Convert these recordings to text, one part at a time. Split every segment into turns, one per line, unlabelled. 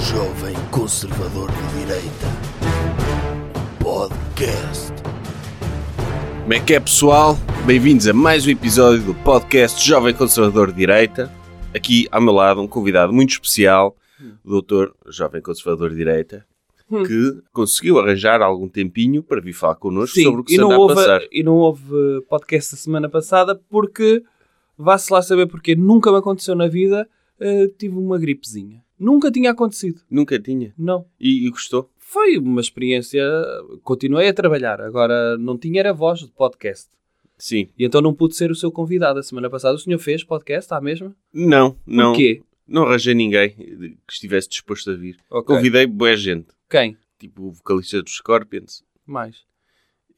jovem conservador de direita. Podcast.
Como é que é, pessoal? Bem-vindos a mais um episódio do podcast Jovem Conservador de Direita. Aqui ao meu lado, um convidado muito especial, o doutor Jovem Conservador de Direita,
Hum.
que conseguiu arranjar algum tempinho para vir falar connosco sobre o que
e
se
não,
anda a
houve,
passar.
e não houve eh, podcast da semana passada porque, vá-se lá saber porque, nunca me aconteceu na vida, eh, tive uma gripezinha. Nunca tinha acontecido,
Nunca tinha.
não.
E, e gostou?
Foi uma experiência, continuei a trabalhar, agora não tinha era voz de podcast.
Sim.
E então não pude ser o seu convidado a semana passada. O senhor fez podcast à mesma?
Não, não.
Porquê?
Não arranjei ninguém que estivesse disposto a vir.
Ok.
Convidei boa gente.
Quem?
Tipo o vocalista dos Scorpions
Mais.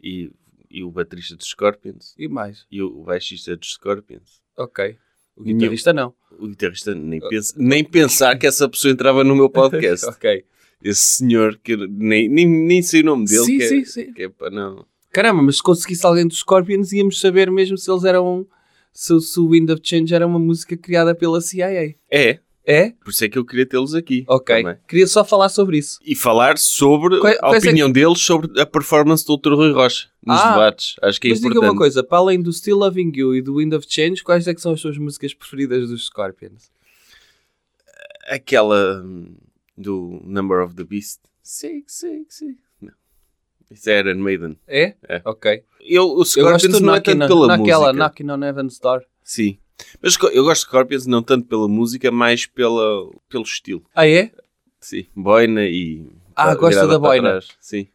e, e o baterista dos Scorpions
E mais?
e o baixista dos Scorpions.
Ok. O
Nenhum.
guitarrista não.
O guitarrista nem,
Ah,
pensa- nem pensar que essa pessoa entrava no meu podcast.
ok.
Esse senhor que eu nem, nem, nem sei o nome dele.
Sim,
que é-
sim, sim.
que é pá, não.
Caramba, mas se conseguisse alguém dos Scorpions, íamos saber mesmo se eles eram. um- Se, se o Wind of Change era uma música criada pela CIA.
É,
É?
por isso é que eu queria tê-los aqui.
Ok.
também.
Queria só falar sobre isso.
E falar sobre
Quais-
a
quais é
opinião deles sobre a performance do Dr. Rui Rocha nos
Ah,
debates. Acho que é
mas diga
importante.
uma coisa: para além do Still Loving You e do Wind of Change, quais é que são as suas músicas preferidas dos Scorpions?
Aquela hum, do Number of the Beast. Sim, sim, sim. Não. Isso é Iron Maiden.
É?
É.
Ok.
Eu, o
Eu
Scorpions
gosto de
não é
Knocking
tanto
on-
pela
naquela
música.
Knocking on Heaven's Door.
Sim. Mas co- eu gosto de Scorpions não tanto pela música, mais pela, pelo estilo.
Ah, é?
Sim. Boina e.
Ah,
pa-
gosta
Tá virada
da
para
boina.
trás. Sim.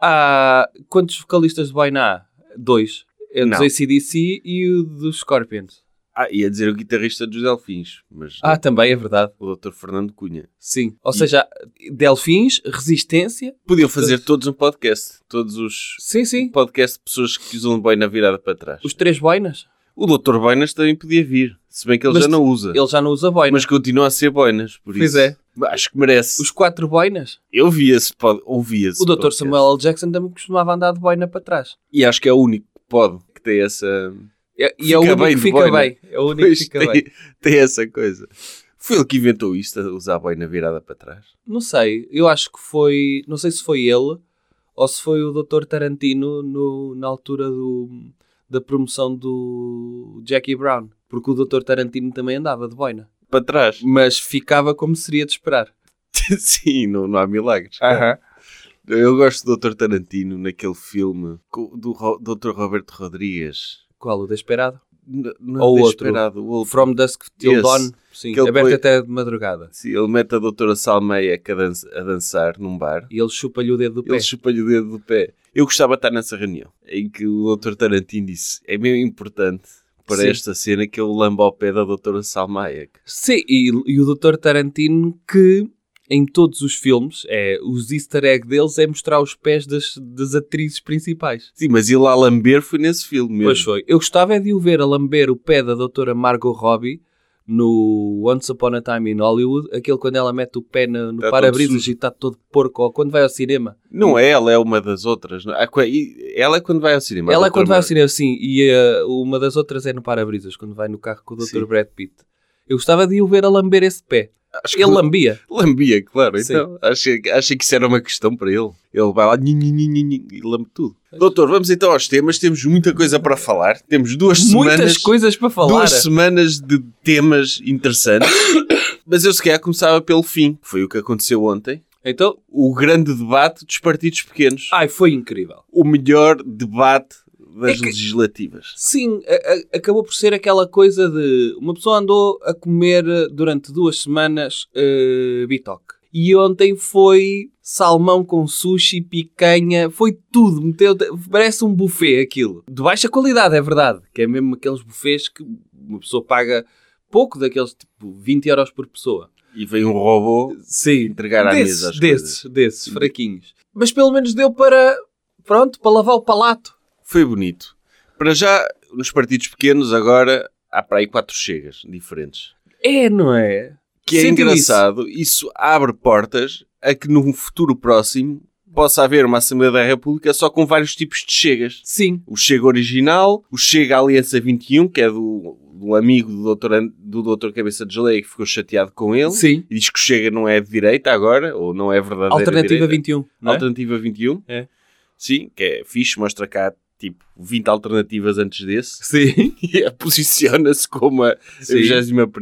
Há quantos vocalistas de Boina há? Dois. É dos
Não.
ACDC e o dos Scorpions.
Ah, ia dizer o guitarrista dos Delfins, mas
Ah, também é verdade.
o Dr. Fernando Cunha.
Sim. Ou
E-
seja, Delfins, Resistência.
Podiam fazer todos um podcast. Todos os
Sim, sim.
podcast de pessoas que usam boina virada para trás.
Os três boinas.
O Dr. Boinas também podia vir, se bem que ele
Mas
já não usa.
Ele já não usa boinas.
Mas continua a ser boinas, por
Pois
isso.
é.
Acho que merece.
Os quatro boinas.
Eu vi esse pod... ouvi esse
O Dr.
podcast.
Samuel L. Jackson também costumava andar de boina para trás.
E acho que é o único que pode que tem essa.
É- E é o
Fica
único
bem
que
de
fica
boina.
bem. É o único que
Pois,
fica
tem,
bem.
tem essa coisa. Foi ele que inventou isto, a usar a boina virada para trás.
Não sei. Eu acho que foi. Não sei se foi ele ou se foi o Dr. Tarantino no- na altura do, da promoção do Jackie Brown. Porque o Dr. Tarantino também andava de boina.
Para trás.
Mas ficava como seria de esperar.
Sim, não, não há milagres. cara. Eu gosto do Dr. Tarantino naquele filme co- do Ro- Dr. Roberto Rodrigues.
Qual? O Desperado?
N- não é
Ou outro.
Desperado, o
O
outro.
From Dusk Till
Esse.
Dawn. Sim,
Que ele
aberto
põe-
até de madrugada.
Sim, ele mete a Doutora Salmeia a, dança- a dançar num bar.
E ele chupa-lhe o dedo do pé.
Ele chupa-lhe o dedo do pé. Eu gostava de estar nessa reunião em que o Dr. Tarantino disse é meio importante para
Sim.
esta cena que eu lamba ao pé da Doutora é Salmeia.
Sim, e, e o Dr. Tarantino que em todos os filmes, é, os easter egg deles é mostrar os pés das, das atrizes principais.
Sim, mas ir lá lamber foi nesse filme mesmo.
Pois foi. Eu gostava é de o ver a lamber o pé da doutora Margot Robbie no Once Upon a Time in Hollywood, aquele quando ela mete o pé na- no
Está Tá todo
para-brisas
sujo.
e está todo porco, ou quando vai ao cinema.
Não é ela, é uma das outras. não é? Ah, co- e- Ela é quando vai ao cinema. a
ela é
Dra.
quando vai ao
Mar-
cinema, sim, e eh, uma das outras é no para-brisas, quando vai no carro com o Dr.
Sim.
Brad Pitt. Eu gostava de o ver a lamber esse pé.
Acho que
Ele lambia.
Lambia, claro.
Sim.
Então, achei, achei que isso era uma questão para ele. Ele vai lá nhin, nhin, nhin, nhin, nhin, e lambe tudo. Doutor, vamos então aos temas. Temos muita coisa para falar. Temos duas
Muitas
semanas.
coisas para falar.
Duas semanas de temas interessantes. Mas eu se calhar começava pelo fim, que foi o que aconteceu ontem.
Então,
O grande debate dos partidos pequenos.
Ai, foi incrível.
O melhor debate das
Ah. É que-
legislativas.
Sim, a- a- acabou por ser aquela coisa de uma pessoa andou a comer eh, durante duas semanas eh, bitoque. E ontem foi salmão com sushi, picanha, foi tudo. Meteu, parece um buffet aquilo. De baixa qualidade, é verdade. Que é mesmo aqueles buffets que uma pessoa paga pouco, daqueles tipo 20 euros por pessoa.
E veio um robô
Sim,
entregar à
desses,
mesa as coisas.
desses, desses, fraquinhos. Mas pelo menos deu para, pronto, para lavar o palato.
Foi bonito. Para já, nos partidos pequenos, agora há para aí quatro chegas diferentes.
É, não é?
Que é
Sentiu isso?
engraçado, isso. abre portas a que num futuro próximo possa haver uma Assembleia da República só com vários tipos de chegas.
Sim.
O Chega original, o Chega Aliança 21, que é do, do do amigo do doutor, An- do doutor Cabeça de Geleia que ficou chateado com ele
Sim.
e diz que o Chega não é de direita agora, ou não é verdadeira
Alternativa
direita.
21. Não é?
Alternativa 21.
É.
Sim, que é fixe, mostra cá tipo 20 alternativas antes desse.
Sim.
E posiciona-se como a
Sim.
21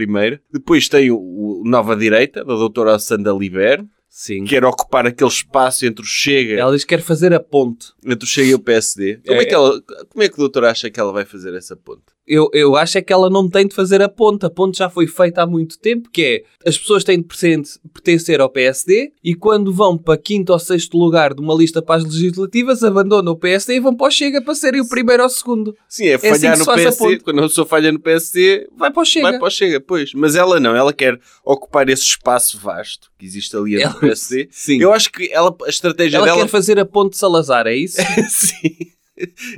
Depois tem o, o Nova Direita, da doutora Sandra Liber,
Sim.
que é- quer ocupar aquele espaço entre o Chega,
Ela diz que quer fazer a ponte.
entre o Chega e o PSD. Como é, que ela, como é que o doutor acha que ela vai fazer essa ponte?
Eu, eu acho é que ela não tem de fazer a ponte. A ponte já foi feita há muito tempo, que é as pessoas têm de percent- pertencer ao PSD e quando vão para quinto ou sexto lugar de uma lista para as legislativas, abandonam o PSD e vão para o Chega para serem o primeiro ou o segundo.
Sim, é
assim
falhar
que se
no
faz a
PSD.
ponte.
Quando uma pessoa falha no PSD,
Vai para o Chega.
vai para o Chega, pois. Mas ela não, ela quer ocupar esse espaço vasto que existe ali entre
Ela-
o PSD.
Sim.
Eu acho que ela, a estratégia
ela
dela
quer fazer a ponte de Salazar, é isso?
Sim.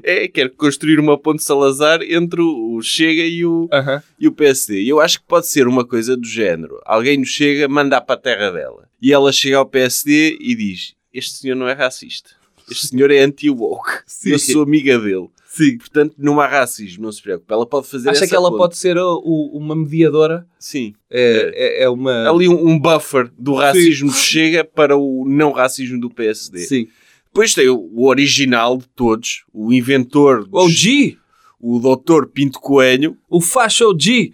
É, quer construir uma ponte de Salazar entre o o Chega e o,
Aham.
e o PSD. E Eu acho que pode ser uma coisa do género. Alguém no Chega mandar para a terra dela. E ela chega ao PSD e diz: Este senhor não é racista. Este senhor é anti-woke.
Sim.
Eu sou amiga dele. Sim. Portanto, não há racismo, não se preocupe. Ela pode fazer
Acha
essa
que ela
ponte.
pode ser o- o- uma mediadora?
Sim.
É, é, é uma.
Ali um, um buffer do racismo do Chega para o não racismo do PSD.
Sim.
Depois tem o, o original de todos, o inventor
O
dos,
G!
o Dr. Pinto Coelho,
O Fasho G!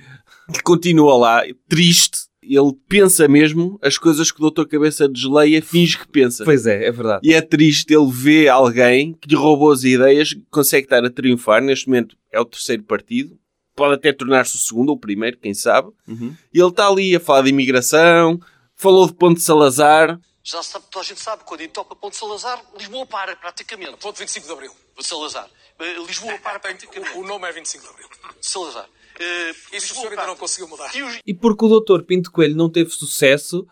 que continua lá, triste. Ele pensa mesmo as coisas que o Dr. Cabeça de Geleia finge que pensa.
Pois é, é verdade.
E é triste, ele vê alguém que lhe roubou as ideias, consegue estar a triunfar. Neste momento é o terceiro partido, pode até tornar-se o segundo ou o primeiro, quem sabe. E ele está ali a falar de imigração, falou de Ponte Salazar.
Já se sabe, toda a gente sabe, quando entopa Ponte Salazar, Lisboa para praticamente. Ponte 25 de Abril. Salazar. Eh, Lisboa para praticamente.
O nome é 25 de Abril.
Salazar. Eh,
Isso o
Lisboa
senhor ainda
para-
não conseguiu mudar.
E os
E porque o Dr. Pinto Coelho não teve sucesso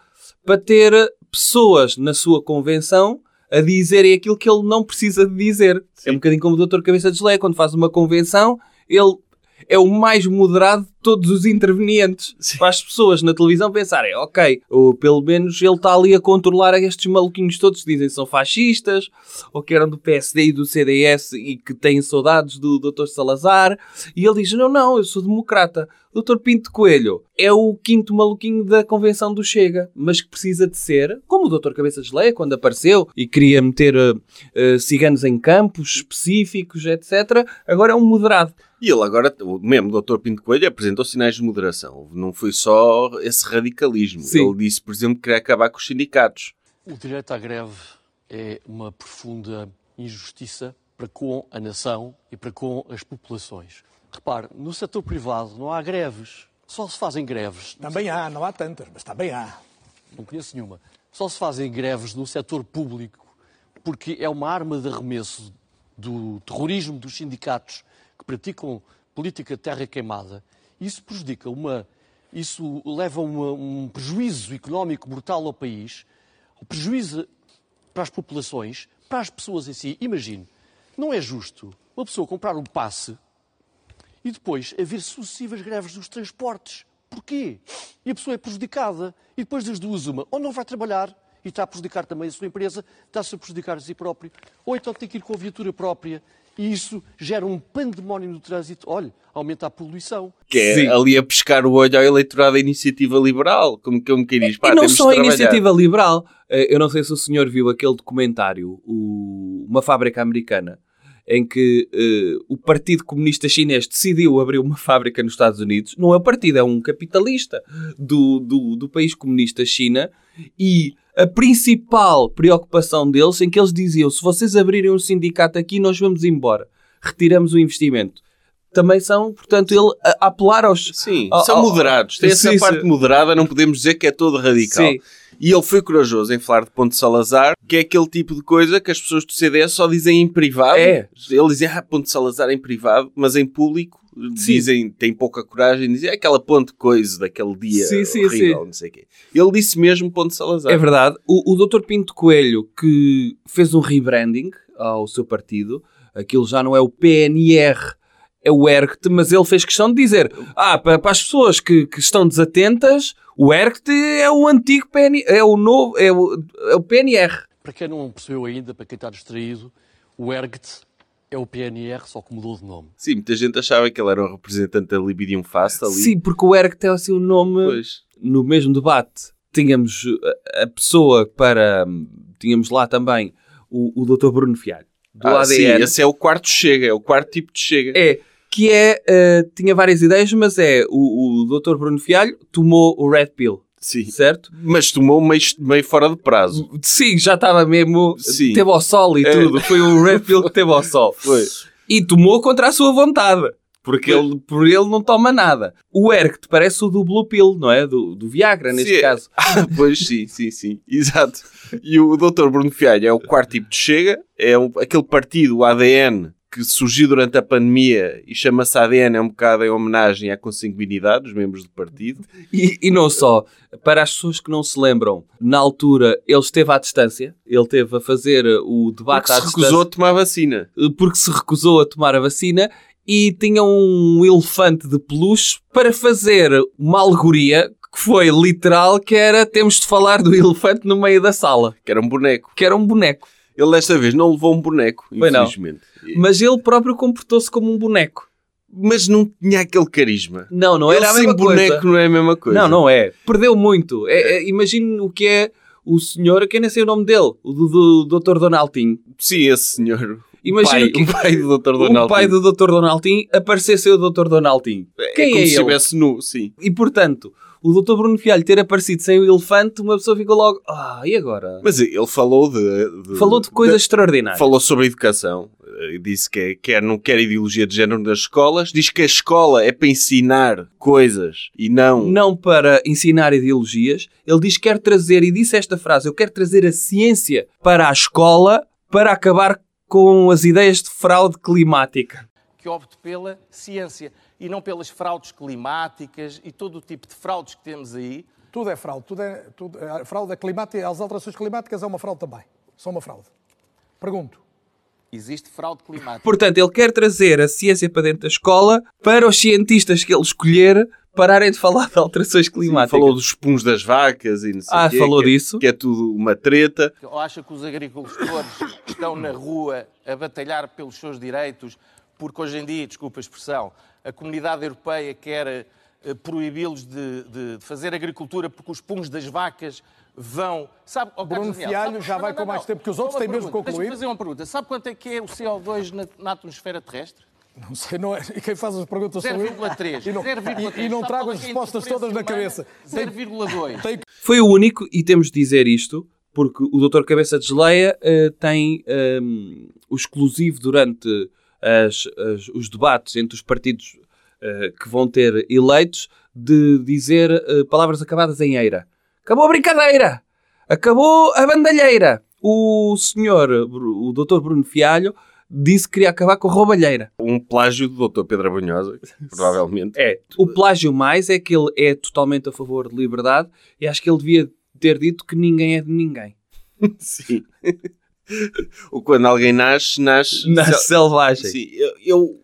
para ter pessoas na sua convenção a dizerem aquilo que ele não precisa de dizer. É um bocadinho como o Dr. Cabeça de Geleia, quando faz uma convenção, ele é o mais moderado de todos os intervenientes. Para as pessoas na televisão pensarem, ok, ou pelo menos ele está ali a controlar estes maluquinhos todos que dizem que são fascistas, ou que eram do PSD e do CDS e que têm saudades do Dr. Salazar. E ele diz, não, não, eu sou democrata. Dr. Pinto Coelho é o quinto maluquinho da convenção do Chega, mas que precisa de ser, como o Dr. Cabeça de Leia, quando apareceu e queria meter eh, eh, ciganos em campos específicos, etc. Agora é um moderado.
E ele agora, o mesmo Dr. Pinto Coelho, apresentou sinais de moderação. Não foi só esse radicalismo.
Sim.
Ele disse, por exemplo, que queria acabar com os sindicatos.
O direito à greve é uma profunda injustiça para com a nação e para com as populações. Repare, no setor privado não há greves. Só se fazem greves.
Também há, não há tantas, mas também há.
Não conheço nenhuma. Só se fazem greves no setor público porque é uma arma de arremesso do terrorismo dos sindicatos que praticam política terra queimada. Isso prejudica uma. Isso leva a uma- um prejuízo económico mortal ao país, prejuízo para as populações, para as pessoas em si. Imagine, não é justo uma pessoa comprar um passe e depois haver sucessivas greves dos transportes. Porquê? E a pessoa é prejudicada. E depois das duas, uma, ou não vai trabalhar e está a prejudicar também a sua empresa, está-se a prejudicar a si próprio, ou então tem que ir com a viatura própria e isso gera um pandemónio no trânsito. Olha, aumenta a poluição.
que é
Sim.
ali a pescar o olho ao eleitorado da iniciativa liberal, como que um bocadinho diz, pá,
e não
temos de
só a
trabalhar.
iniciativa liberal. Eh, Eu não sei se o senhor viu aquele documentário, o- uma fábrica americana, em que eh, o Partido Comunista Chinês decidiu abrir uma fábrica nos Estados Unidos. Não é um partido, é um capitalista do, do, do país comunista China. E a principal preocupação deles, em que eles diziam, se vocês abrirem um sindicato aqui, nós vamos embora. Retiramos o investimento. Também são, portanto, ele a- a apelar aos...
Sim,
ao-
são
ao-
moderados. Tem essa
Oh, Sim,
parte
sim.
moderada, não podemos dizer que é todo radical.
Sim.
E ele foi corajoso em falar de Ponte Salazar, que é aquele tipo de coisa que as pessoas do CDS só dizem em privado.
É.
Eles dizem, ah, Ponte Salazar em privado, mas em público dizem, têm pouca coragem, dizem, é aquela ponte coisa daquele dia
Sim, sim,
horrível,
sim.
não sei o quê. Ele disse mesmo Ponte Salazar.
É verdade. O, o Dr. Pinto Coelho, que fez um rebranding ao seu partido, aquilo já não é o PNR, é o ERCT, mas ele fez questão de dizer: ah, para, para as pessoas que, que estão desatentas, o ERCT é o antigo PNR, é o novo, é o, é o PNR.
Para quem não percebeu ainda, para quem está distraído, o ERGT É o PNR, só que mudou de nome.
Sim, muita gente achava que ele era o representante da Libidium Fast Tá ali.
Sim, porque o Eric tem assim um nome.
Pois.
No mesmo debate, tínhamos uh, a pessoa para. hum, Tínhamos lá também o, o Dr. Bruno Fialho, do
Ah, sim,
ADN.
esse é o quarto chega, é o quarto tipo de chega.
É, que é. uh, tinha várias ideias, mas é. O, o Dr. Bruno Fialho tomou o Red Pill,
Sim.
certo?
Mas tomou meio, meio fora de prazo.
Sim, já estava mesmo.
Sim.
Teve ao sol e
É.
tudo. Foi o Red Pill que teve ao sol.
Foi.
E tomou contra a sua vontade. Porque ele, por ele não toma nada. O Erct parece o do Blue Pill, não é? Do, do Viagra, neste
Sim.
caso.
Ah, pois sim, sim, sim. Exato. E o Dr. Bruno Fialho é o quarto tipo de chega, é um- aquele partido, o ADN, que surgiu durante a pandemia e chama-se ADN, é um bocado em homenagem à consanguinidade dos membros do partido.
E, e não só. Para as pessoas que não se lembram, na altura ele esteve à distância. Ele esteve a fazer eh, o debate
Porque
à
se recusou a
distância.
tomar vacina.
eh, Porque se recusou a tomar a vacina. E tinha um elefante de peluche para fazer uma alegoria que foi literal, que era temos de falar do elefante no meio da sala.
Que era um boneco.
Que era um boneco.
Ele desta vez não levou um boneco,
Foi não.
infelizmente.
Mas ele próprio comportou-se como um boneco.
Mas não tinha aquele carisma.
Não, não
Ele
era a
sem
mesma
boneco
coisa.
não é a mesma coisa.
Não, não é. Perdeu muito. É, é, Imagine o que é o senhor, que eu nem sei o nome dele, o do, do Dr. Donaldinho.
Sim, esse senhor.
Imagina
Pai,
que
o pai do Dr.
o
Donald.
pai do Dr. Donaldinho aparecesse o Dr. Donaldinho. Quem é,
como
ele?
se estivesse nu, sim.
E portanto, o Dr. Bruno Fialho ter aparecido sem o elefante, uma pessoa ficou logo, ah, e agora?
Mas ele falou de... eh, de-
Falou de coisas extraordinárias.
Falou sobre a educação, eh, disse que é- quer, não quer ideologia de género nas escolas, diz que a escola é para ensinar coisas e não.
não para ensinar ideologias. Ele diz que quer trazer, e disse esta frase: eu quero trazer a ciência para a escola para acabar com as ideias de fraude climática.
que opte pela ciência e não pelas fraudes climáticas e todo o tipo de fraudes que temos aí.
Tudo é fraude. Tudo é, tudo, a fraude climática, as alterações climáticas é uma fraude também. São uma fraude. Pergunto.
Existe fraude climática.
Portanto, ele quer trazer a ciência para dentro da escola para os cientistas que ele escolher pararem de falar de alterações climáticas.
Falou dos puns das vacas e não sei
Ah,
o quê,
falou
que é-
disso?
Que é tudo uma treta.
Ou acha que os agricultores estão na rua a batalhar pelos seus direitos, porque hoje em dia, desculpa a expressão, a comunidade europeia quer eh, proibi-los de, de- de fazer agricultura porque os puns das vacas vão. Sabe, oh, Carlos
Bruno
Daniel,
Fialho
sabe-
já vai com mais tempo que os
Só
outros,
uma
tem mesmo que
pergunta, Deixa-me
concluir.
fazer uma pergunta. Sabe quanto é que é o CO2 na, na atmosfera terrestre?
Não sei, não é, e quem faz as perguntas sou eu.
0,3.
E não, e- e não trago as respostas todas na cabeça. Tem-
0,2.
tem
Foi o único, e temos de dizer isto, porque o Dr. Cabeça de Geleia eh, tem ehm, o exclusivo durante as- as- os debates entre os partidos eh, que vão ter eleitos de dizer eh, palavras acabadas em eira. Acabou a brincadeira! Acabou a bandalheira! O senhor, o Dr. Bruno Fialho, disse que queria acabar com a roubalheira.
Um plágio do Dr. Pedro Abanhosa, provavelmente. É.
O plágio mais é que ele é totalmente a favor de liberdade e acho que ele devia ter dito que ninguém é de ninguém.
Sim. Ou quando alguém nasce, nasce.
na
se-
selvagem.
Sim, eu, eu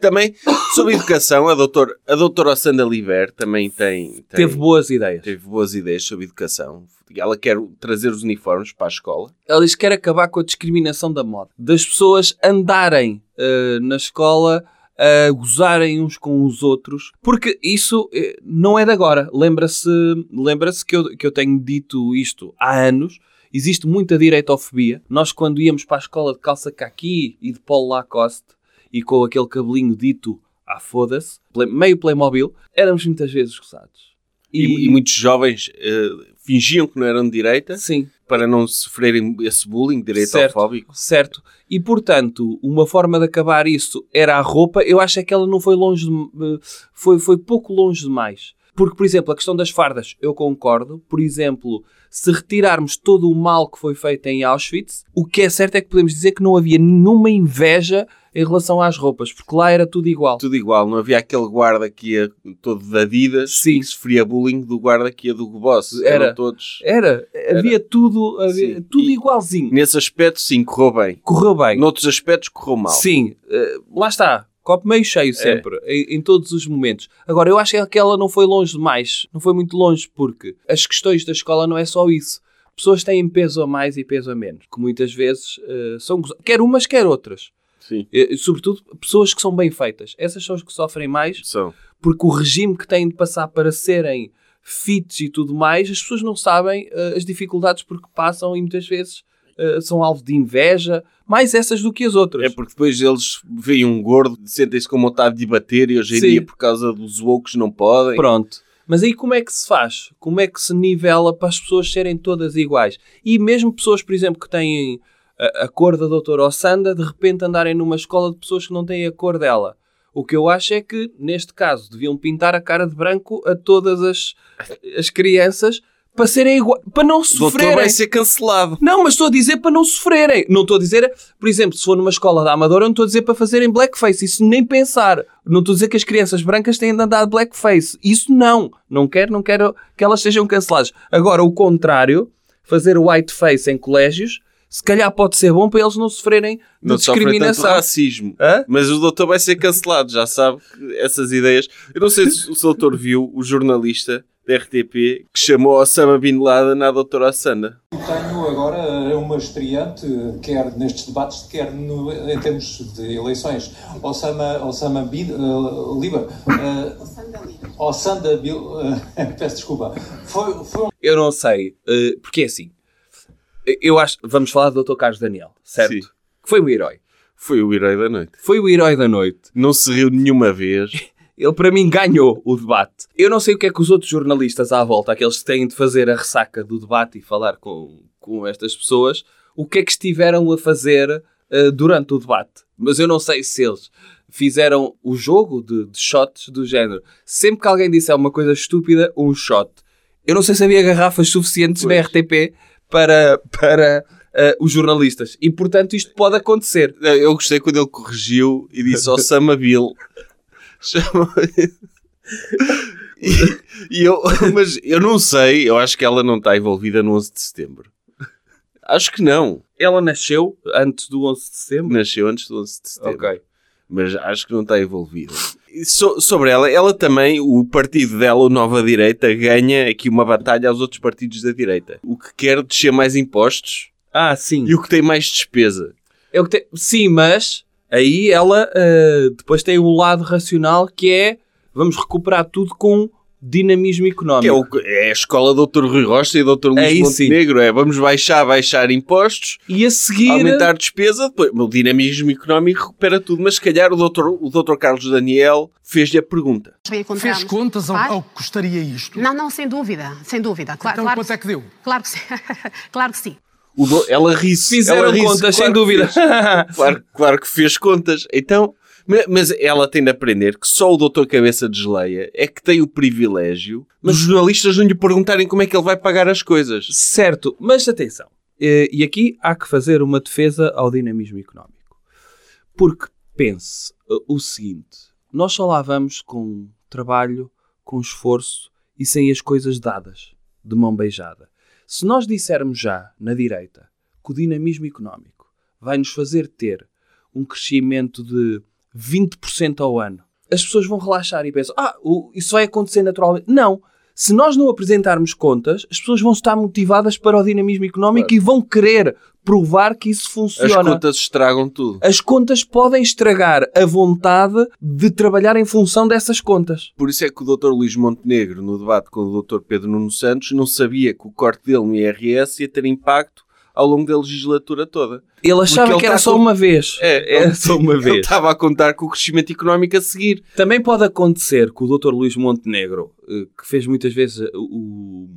também, sobre educação, a, doutor, a doutora Sandra Liber também tem, tem-
Teve boas ideias.
teve boas ideias sobre educação. Ela quer trazer os uniformes para a escola.
Ela diz que quer acabar com a discriminação da moda. Das pessoas andarem eh, na escola a gozarem uns com os outros. Porque isso eh, não é de agora. Lembra-se lembra que, eu, que eu tenho dito isto há anos. Existe muita direitofobia. Nós, quando íamos para a escola de calça caqui e de polo Lacoste e com aquele cabelinho dito à foda-se, play- meio Playmobil, éramos muitas vezes gozados.
E, e muitos jovens eh, fingiam que não eram de direita
Sim.
para não sofrerem esse bullying direitofóbico.
Certo. E portanto, uma forma de acabar isso era a roupa. Eu acho é que ela não foi longe, de- eh, foi, foi pouco longe demais. Porque, por exemplo, a questão das fardas, eu concordo. Por exemplo, se retirarmos todo o mal que foi feito em Auschwitz, o que é certo é que podemos dizer que não havia nenhuma inveja em relação às roupas, porque lá era tudo igual.
Tudo igual, não havia aquele guarda que ia todo de Adidas
Sim.
e que sofria bullying do guarda que ia do Boss.
Era.
Eram todos.
Era, havia tudo, havia-
Sim.
tudo
E-
igualzinho.
Nesse aspecto, sim, correu bem.
Correu bem.
Noutros aspectos, correu mal. É.
Sim, eh, lá está. Copo meio cheio sempre, em, em todos os momentos. Agora, eu acho que aquela não foi longe demais. Não foi muito longe, porque as questões da escola não é só isso. Pessoas têm peso a mais e peso a menos, que muitas vezes eh, são gozadas. Quer umas, quer outras.
Sim.
Eh, Sobretudo pessoas que são bem feitas. Essas são as que sofrem mais
São.
porque o regime que têm de passar para serem fits e tudo mais, as pessoas não sabem eh, as dificuldades porque passam e muitas vezes eh, são alvo de inveja, mais essas do que as outras.
É porque depois eles veem um gordo, sentem-se com vontade de bater e hoje em
Sim.
dia, por causa dos woke, não podem.
Pronto. Mas aí como é que se faz? Como é que se nivela para as pessoas serem todas iguais? E mesmo pessoas, por exemplo, que têm eh, a, a cor da doutora Ossanda, de repente andarem numa escola de pessoas que não têm a cor dela. O que eu acho é que, neste caso, deviam pintar a cara de branco a todas as, as crianças para serem iguais, para não
O doutor
sofrerem.
vai ser cancelado.
Não, mas estou a dizer para não sofrerem. Não estou a dizer, por exemplo, se for numa escola da Amadora, eu não estou a dizer para fazerem blackface. Isso nem pensar. Não estou a dizer que as crianças brancas têm de andar de blackface. Isso não. Não quero, não quero que elas sejam canceladas. Agora, o contrário, fazer whiteface em colégios, se calhar pode ser bom para eles não sofrerem de
Não sofrem tanto
discriminação.
racismo.
Hã?
Mas o doutor vai ser cancelado, já sabe que essas ideias. Eu não sei se o doutor viu o jornalista da RTP que chamou Osama Bin Laden à doutora Sanda.
Tenho agora uma estreante, quer nestes debates, quer no- em termos de eleições. Osama, Osama Bin, eh, Liba. eh, Osanda Bil, eh, peço desculpa. Foi, foi um
Eu não sei. eh, porque é assim. Eu acho. Vamos falar do Dr. Carlos Daniel, certo?
Sim.
Que foi o herói.
Foi o herói da noite.
Foi o herói da noite.
Não se riu nenhuma vez.
Ele, para mim, ganhou o debate. Eu não sei o que é que os outros jornalistas à volta, aqueles que têm de fazer a ressaca do debate e falar com, com estas pessoas, o que é que estiveram a fazer eh, durante o debate. Mas eu não sei se eles fizeram o jogo de, de shots do género. Sempre que alguém disser uma coisa estúpida, um shot. Eu não sei se havia garrafas suficientes na RTP para, para eh, os jornalistas. E, portanto, isto pode acontecer.
Não, Eu gostei quando ele corrigiu e disse Osama Bill. Chama- e, e eu, mas eu não sei, eu acho que ela não está envolvida no 11 de setembro. Acho que não.
Ela nasceu antes do 11 de setembro?
Nasceu antes do 11 de setembro.
Ok.
Mas acho que não está envolvida. E so- sobre ela, ela também, o partido dela, o Nova Direita, ganha aqui uma batalha aos outros partidos da direita. O que quer descer mais impostos
Ah, sim.
e o que tem mais despesa.
É o que tem- Sim, mas aí ela ah, depois tem o lado racional que é vamos recuperar tudo com dinamismo económico.
Que é, o- é a escola do Dr. Rui Rocha e do Dr. Luís
Aí sim.
Montenegro. É, vamos baixar, baixar impostos,
E a seguir.
aumentar despesa, depois o dinamismo económico recupera tudo. Mas se calhar o Dr. O Dr. Carlos Daniel fez-lhe a pergunta.
Bem, encontramos.
Fez contas ao,
Faz?
ao que custaria isto?
Não, não, sem dúvida, sem dúvida. Claro,
Então
claro,
quanto é que deu?
Claro que sim. claro que sim.
O do- ela ri-se.
Fizeram
ela ri-se,
contas, sem
que
dúvida.
fez. claro, claro que fez contas. Então, ma- mas ela tem de aprender que só o Dr. Cabeça de Geleia é que tem o privilégio dos jornalistas não lhe perguntarem como é que ele vai pagar as coisas.
Certo, mas atenção. eh, E aqui há que fazer uma defesa ao dinamismo económico. Porque pense eh, o seguinte: nós só lá vamos com trabalho, com esforço e sem as coisas dadas, de mão beijada. Se nós dissermos já, na direita, que o dinamismo económico vai nos fazer ter um crescimento de 20% ao ano, as pessoas vão relaxar e pensam: ah, o- isso vai acontecer naturalmente. Não. Se nós não apresentarmos contas, as pessoas vão estar motivadas para o dinamismo económico e vão querer provar que isso
As
funciona.
contas estragam tudo.
As contas podem estragar a vontade de trabalhar em função dessas contas.
Por isso é que o Dr. Luís Montenegro, no debate com o Dr. Pedro Nuno Santos, não sabia que o corte dele no IRS ia ter impacto ao longo da legislatura toda.
Ele achava
ele
que era
tá
só
com-
uma vez.
É,
Era só uma
Ele
vez.
estava a contar com o crescimento económico a seguir.
Também pode acontecer que o Dr. Luís Montenegro, eh, que fez muitas vezes eh, o,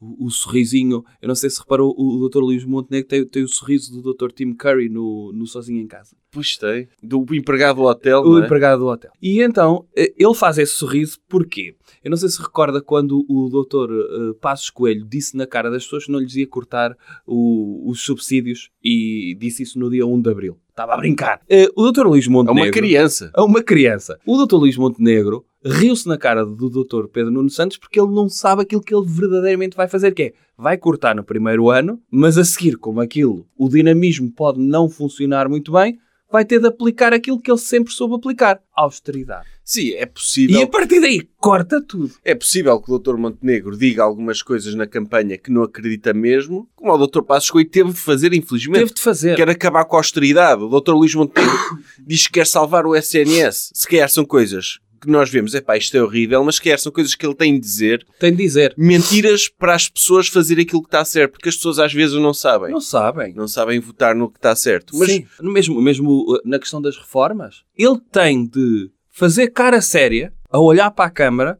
o, o sorrisinho, eu não sei se reparou, o Dr. Luís Montenegro tem, tem o sorriso do Dr. Tim Curry no, no Sozinho em Casa.
Pois tem. Do empregado do hotel,
O
não é?
empregado do hotel. E então, eh, ele faz esse sorriso porquê? Eu não sei se recorda quando o doutor eh, Passos Coelho disse na cara das pessoas que não lhes ia cortar o- os subsídios e disse isso no dia 1 de Abril. Estava a brincar. Eh, o doutor Luís
É
Montenegro...
uma criança.
A uma criança. O doutor Luís Montenegro riu-se na cara do doutor Pedro Nuno Santos porque ele não sabe aquilo que ele verdadeiramente vai fazer, que é vai cortar no primeiro ano, mas a seguir, como aquilo, o dinamismo pode não funcionar muito bem, vai ter de aplicar aquilo que ele sempre soube aplicar: austeridade.
Sim, é
E
possível.
a partir daí, corta tudo.
É possível que o Dr. Montenegro diga algumas coisas na campanha que não acredita mesmo, como o Dr. Passos Coelho teve de fazer, infelizmente.
Teve de fazer.
Quer acabar com a austeridade. O Dr. Luís Montenegro diz que quer salvar o SNS. Se calhar são coisas que nós vemos, epá, isto é horrível, mas se calhar são coisas que ele tem de dizer.
Tem de dizer.
Mentiras para as pessoas fazer aquilo que está certo, porque as pessoas às vezes não sabem.
Não sabem.
Não sabem votar no que está certo. Mas
Sim, no mesmo, mesmo uh, na questão das reformas, ele tem de fazer cara séria a olhar para a Câmara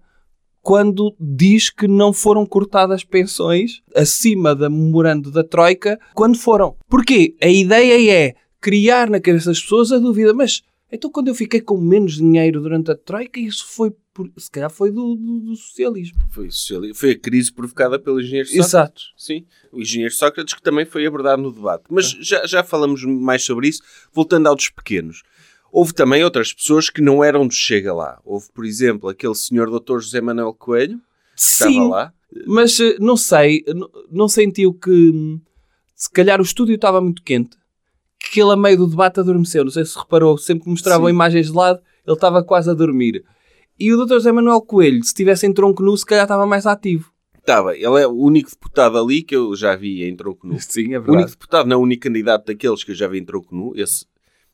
quando diz que não foram cortadas pensões acima da memorando da Troika quando foram. Porquê? A ideia é criar na cabeça das pessoas a dúvida, mas então quando eu fiquei com menos dinheiro durante a Troika, isso foi por, se calhar foi do, do- do socialismo.
foi, social- foi a crise provocada pelo engenheiro Sócrates.
Exato.
Sim, o engenheiro Sócrates, que também foi abordado no debate. Mas já, já falamos mais sobre isso, voltando ao dos pequenos. Houve também outras pessoas que não eram do Chega Lá. Houve, por exemplo, aquele senhor Dr. José Manuel Coelho, que
é
estava lá.
Mas eh, não sei, eh, não- não sentiu que hum, se calhar o estúdio estava muito quente, que ele a meio do debate adormeceu. Não sei se reparou, sempre que mostravam imagens de lado, ele estava quase a dormir. E o Dr. José Manuel Coelho, se estivesse em tronco nu, se calhar estava mais ativo.
Estava, ele é o único deputado ali que eu já vi em tronco nu.
Sim, é
O único deputado, não, o único candidato daqueles que eu já vi em tronco nu. Esse,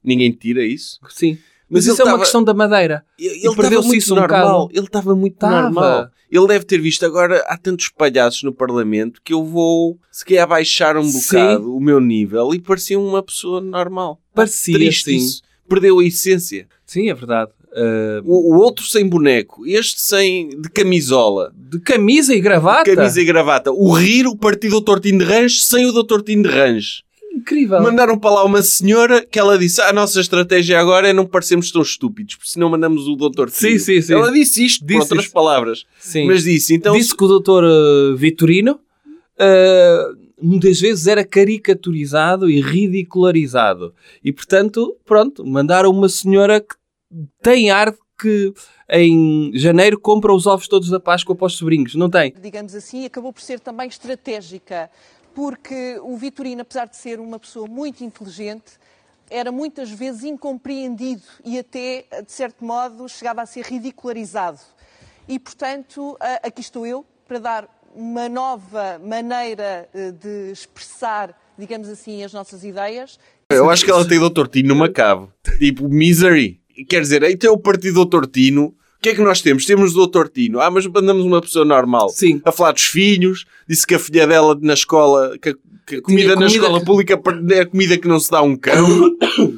ninguém tira isso.
Sim.
Mas
Mas,
ele
isso é uma
estava-
questão da madeira.
Ele ele
perdeu-se
estava muito
isso um
normal.
bocado.
ele estava muito
Tava.
normal. Ele deve ter visto agora há tantos palhaços no Parlamento que eu vou se calhar baixar um
Sim.
bocado o meu nível e parecia uma pessoa normal.
Parecia,
Triste
sim.
isso. Perdeu a essência.
Sim, é verdade. Eh,
O, o outro sem boneco, este sem de camisola,
de camisa e gravata.
camisa e gravata. O rir, o partido do Tortinho de Range sem o Dr. Tinho de Range.
Incrível.
Mandaram para lá uma senhora que ela disse: "Ah, A nossa estratégia agora é não parecermos tão estúpidos, porque senão mandamos o Dr.
Sim,
Tinho."
sim, sim.
Ela disse isto,
Disse
por outras
isto.
palavras.
Sim.
Mas disse, então.
Disse que o doutor eh, Vitorino ah, muitas vezes era caricaturizado e ridicularizado. E portanto, pronto, mandaram uma senhora que tem ar de que em janeiro compra os ovos todos da Páscoa para os sobrinhos. Não tem?
digamos assim, acabou por ser também estratégica, porque o Vitorino, apesar de ser uma pessoa muito inteligente, era muitas vezes incompreendido e até, de certo modo, chegava a ser ridicularizado. E, portanto, a- aqui estou eu para dar uma nova maneira eh, de expressar, digamos assim, as nossas ideias.
Eu acho que ela tem Dr. Tino numa cave. Tipo, misery. Quer dizer, então é o partido Dr. Tino. O que é que nós temos? Temos o Dr. Tino. Ah, mas mandamos uma pessoa normal.
Sim.
A falar dos filhos. Disse que a filha dela na escola... Que a, que a comida na
comida
escola
que-
pública é a comida que não se dá a um cão.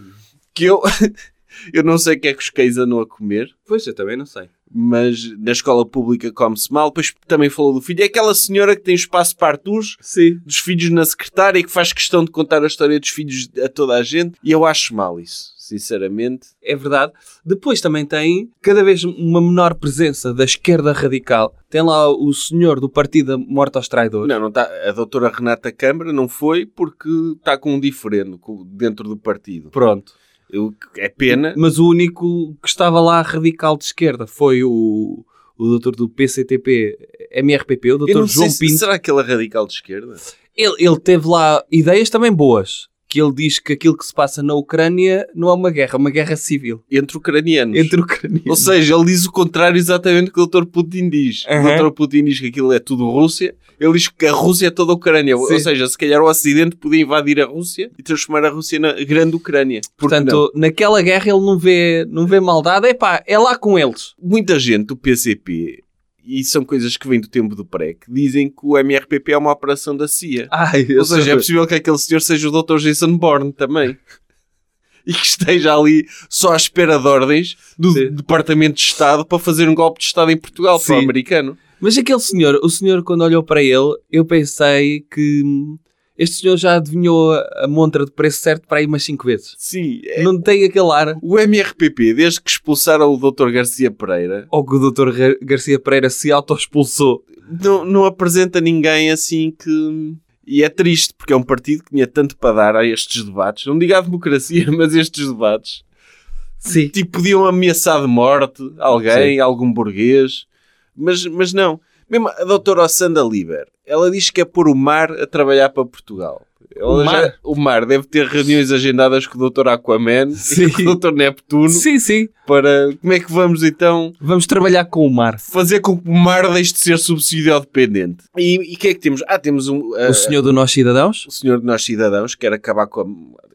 que eu... eu não sei o que é que os cães andam a comer.
Pois, eu também não sei.
Mas na escola pública come-se mal. Depois também falou do filho. É aquela senhora que tem o espaço para partus
Sim.
dos filhos na secretária que faz questão de contar a história dos filhos a toda a gente e eu acho mal isso, sinceramente.
É verdade. Depois também tem cada vez uma menor presença da esquerda radical. Tem lá o senhor do partido da Morte aos Traidores.
Não, não tá, a doutora Renata Câmara não foi porque está com um diferendo co- dentro do partido.
Pronto.
Eu- é pena.
Mas o único que estava lá radical de esquerda foi o, o doutor do PCTP, MRPP, o
Eu
doutor
não sei
João
se-
Pinto.
Será que ele é radical de esquerda?
Ele, ele teve lá ideias também boas. Que ele diz que aquilo que se passa na Ucrânia não é uma guerra, é uma guerra civil.
Entre ucranianos.
Entre ucranianos.
Ou seja, ele diz o contrário exatamente do que o Dr. Putin diz.
Aham.
O Dr. Putin diz que aquilo é tudo Rússia. Ele diz que a Rússia é toda a Ucrânia. Ou
Sim.
seja, se calhar o Ocidente podia invadir a Rússia e transformar a Rússia na grande Ucrânia. Por que não?
Portanto, naquela guerra ele não vê, não vê maldade. É pá, é lá com eles.
muita gente do PCP, e são coisas que vêm do tempo do PREC, dizem que o MRPP é uma operação da CIA.
Ai,
Ou seja, é possível que aquele senhor seja o Dr. Jason Bourne também. E que esteja ali só à espera de ordens do
Sim.
Departamento de Estado para fazer um golpe de Estado em Portugal para o
Sim.
americano.
Mas aquele senhor, o senhor quando olhou para ele, eu pensei que hum, este senhor já adivinhou a, a montra de preço certo para aí umas 5 vezes.
Sim. é-
Não tem aquele ar.
O MRPP, desde que expulsaram o Dr. Garcia Pereira,
Ou que o Dr. Ra- Garcia Pereira se autoexpulsou.
não, não apresenta ninguém assim que. E é triste, porque é um partido que tinha tanto para dar a estes debates. Não digo à democracia, mas estes debates.
Sim.
Tipo, podiam ameaçar de morte alguém, algum burguês. Mas, mas não. Mesmo a doutora Ossanda Liber, ela diz que é pôr o mar a trabalhar para Portugal. Ela
O
já-
mar.
o mar deve ter reuniões agendadas com o Dr. Aquaman e com o Dr. Neptuno
Sim, sim.
para como é que vamos então
Vamos trabalhar com o mar.
fazer com que o mar deixe de ser subsídio dependente. E e o que é que temos? Ah, temos um, ah,
O senhor do Nós Cidadãos
o senhor de nós cidadãos quer acabar com a,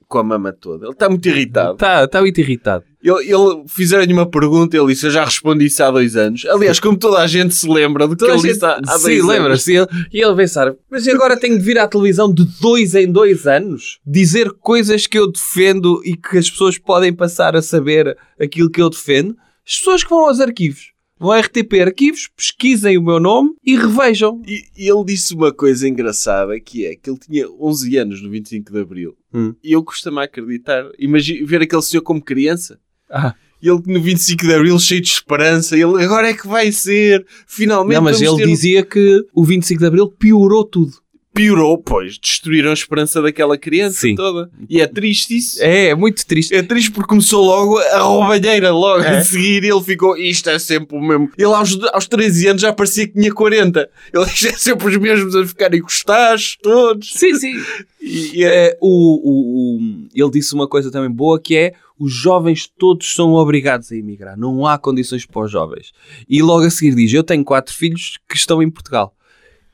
com a mama toda. Ele está muito irritado.
está tá muito irritado.
Ele, ele fizeram-lhe uma pergunta, ele disse: Eu já respondi isso há dois anos. Aliás, como toda a gente se lembra do que
Toda a
ele
gente,
disse há, há dois
sim,
anos.
lembra-se. E ele, e ele pensar, mas eu agora tenho de vir à televisão de dois em dois anos dizer coisas que eu defendo e que as pessoas podem passar a saber aquilo que eu defendo. As pessoas que vão aos arquivos, vão ao RTP Arquivos, pesquisem o meu nome e revejam.
E, e ele disse uma coisa engraçada que é que ele tinha 11 anos no 25 de Abril.
Hum.
E eu costumo acreditar, imagi- ver aquele senhor como criança.
Ah.
E ele no 25 de Abril cheio de esperança. Ele agora é que vai ser. Finalmente
Não, mas
vamos
ele
ter um-"
dizia que o 25 de Abril piorou tudo.
Piorou, pois. Destruíram a esperança daquela criança
Sim.
toda. E é triste isso.
É, é muito triste.
É triste porque começou logo a roubalheira, logo a seguir. Ele ficou, isto é sempre o mesmo. Ele aos, aos 13 anos já parecia que tinha 40. Ele, isto é sempre os mesmos a ficarem com os tachos todos.
Sim, sim.
E, e é-
É, o, o- o- ele disse uma coisa também boa que é os jovens todos são obrigados a emigrar, não há condições para os jovens. E logo a seguir diz: Eu tenho quatro filhos que estão em Portugal.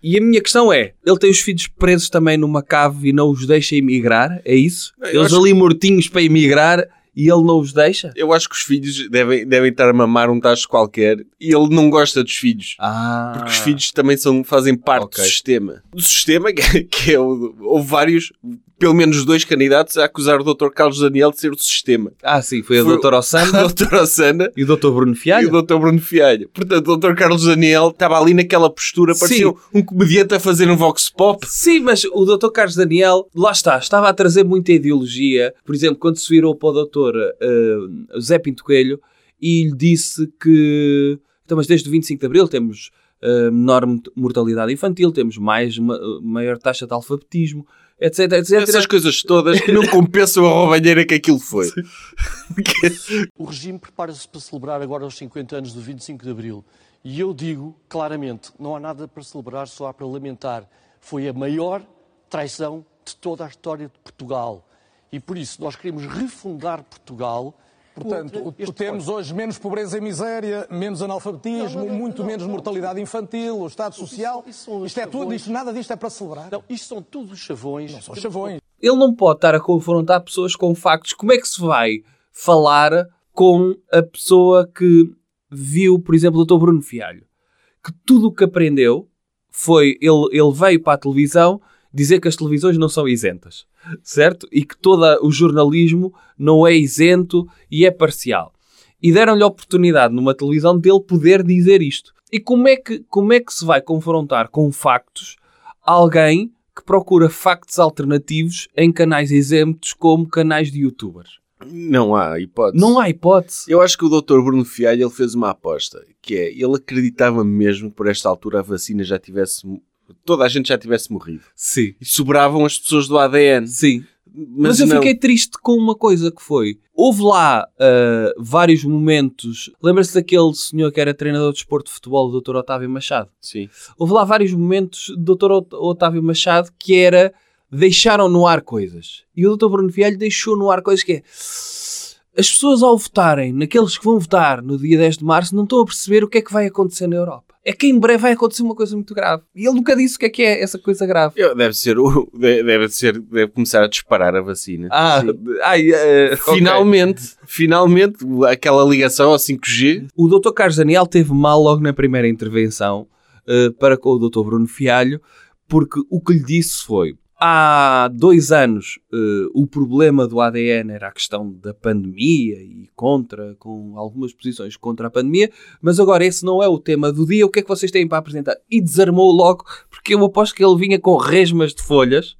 E a minha questão é: ele tem os filhos presos também numa cave e não os deixa emigrar? É isso?
Eu
Eles
acho
ali mortinhos para emigrar e ele não os deixa?
eu acho que os filhos devem, devem estar a mamar um tacho qualquer e ele não gosta dos filhos.
Ah,
Porque os filhos também são, fazem parte
Ok.
do sistema. Do sistema que é, que é o- houve vários, pelo menos dois candidatos a acusar o Dr. Carlos Daniel de ser do sistema.
Ah, sim, foi a
Foi o-
doutora Ossanda
Dr. Ossana
e o doutor Bruno
e
Fialho.
o Dr. Bruno Fialho. Portanto, o Dr. Carlos Daniel estava ali naquela postura, parecia
Sim.
um comediante a fazer um vox pop.
Sim, mas o Dr. Carlos Daniel, lá está, estava a trazer muita ideologia. Por exemplo, quando se virou para o Dr. eh, Zé Pinto Coelho e lhe disse que. Então, mas desde o 25 de Abril temos eh, menor mort- mortalidade infantil, temos mais, ma- maior taxa de alfabetismo, etc. etc.
Essas coisas todas que não compensam a roubalheira que aquilo foi.
O regime prepara-se para celebrar agora os 50 anos do 25 de Abril. E eu digo claramente: não há nada para celebrar, só há para lamentar. Foi a maior traição de toda a história de Portugal. E por isso nós queremos refundar Portugal.
Portanto, o-
este
temos hoje menos pobreza e miséria, menos analfabetismo, muito menos mortalidade infantil, o Estado Social.
isso são os
isto é tudo,
chavões.
isto, nada disto é para celebrar.
Não, isto são todos os chavões. Não
São chavões.
Ele não pode estar a confrontar pessoas com factos. Como é que se vai falar com a pessoa que viu, por exemplo, o Dr. Bruno Fialho? Que tudo o que aprendeu foi. Ele, ele veio para a televisão dizer que as televisões não são isentas, certo? E que todo o jornalismo não é isento e é parcial. E deram-lhe a oportunidade numa televisão dele poder dizer isto. E como é que, como é que se vai confrontar com factos alguém que procura factos alternativos em canais exemptos como canais de youtubers.
Não há hipótese.
Não há hipótese.
Eu acho que o Dr. Bruno Fialho ele fez uma aposta, que é, ele acreditava mesmo que por esta altura a vacina já tivesse, mo- toda a gente já tivesse morrido.
Sim.
E sobravam as pessoas do ADN.
Sim.
Mas,
Mas, eu
não.
fiquei triste com uma coisa que foi. Houve lá ah, vários momentos. Lembra-se daquele senhor que era treinador de esporte de futebol, o Dr. Otávio Machado?
Sim.
Houve lá vários momentos do Dr. Ot- Otávio Machado que era deixaram no ar coisas. E o Dr. Bruno Fialho deixou no ar coisas que é. As pessoas ao votarem, naqueles que vão votar no dia 10 de março, não estão a perceber o que é que vai acontecer na Europa. É que em breve vai acontecer uma coisa muito grave. E ele nunca disse o que é que é essa coisa grave.
Eu- deve ser, o- de- deve ser, deve começar a disparar a vacina.
Ah, ai, eh, ok.
Finalmente, finalmente, aquela ligação ao 5G.
O Dr. Carlos Daniel teve mal logo na primeira intervenção eh, para com o Dr. Bruno Fialho, porque o que lhe disse foi: há dois anos eh, o problema do ADN era a questão da pandemia e contra, com algumas posições contra a pandemia, mas agora esse não é o tema do dia, o que é que vocês têm para apresentar? E desarmou logo, porque eu aposto que ele vinha com resmas de folhas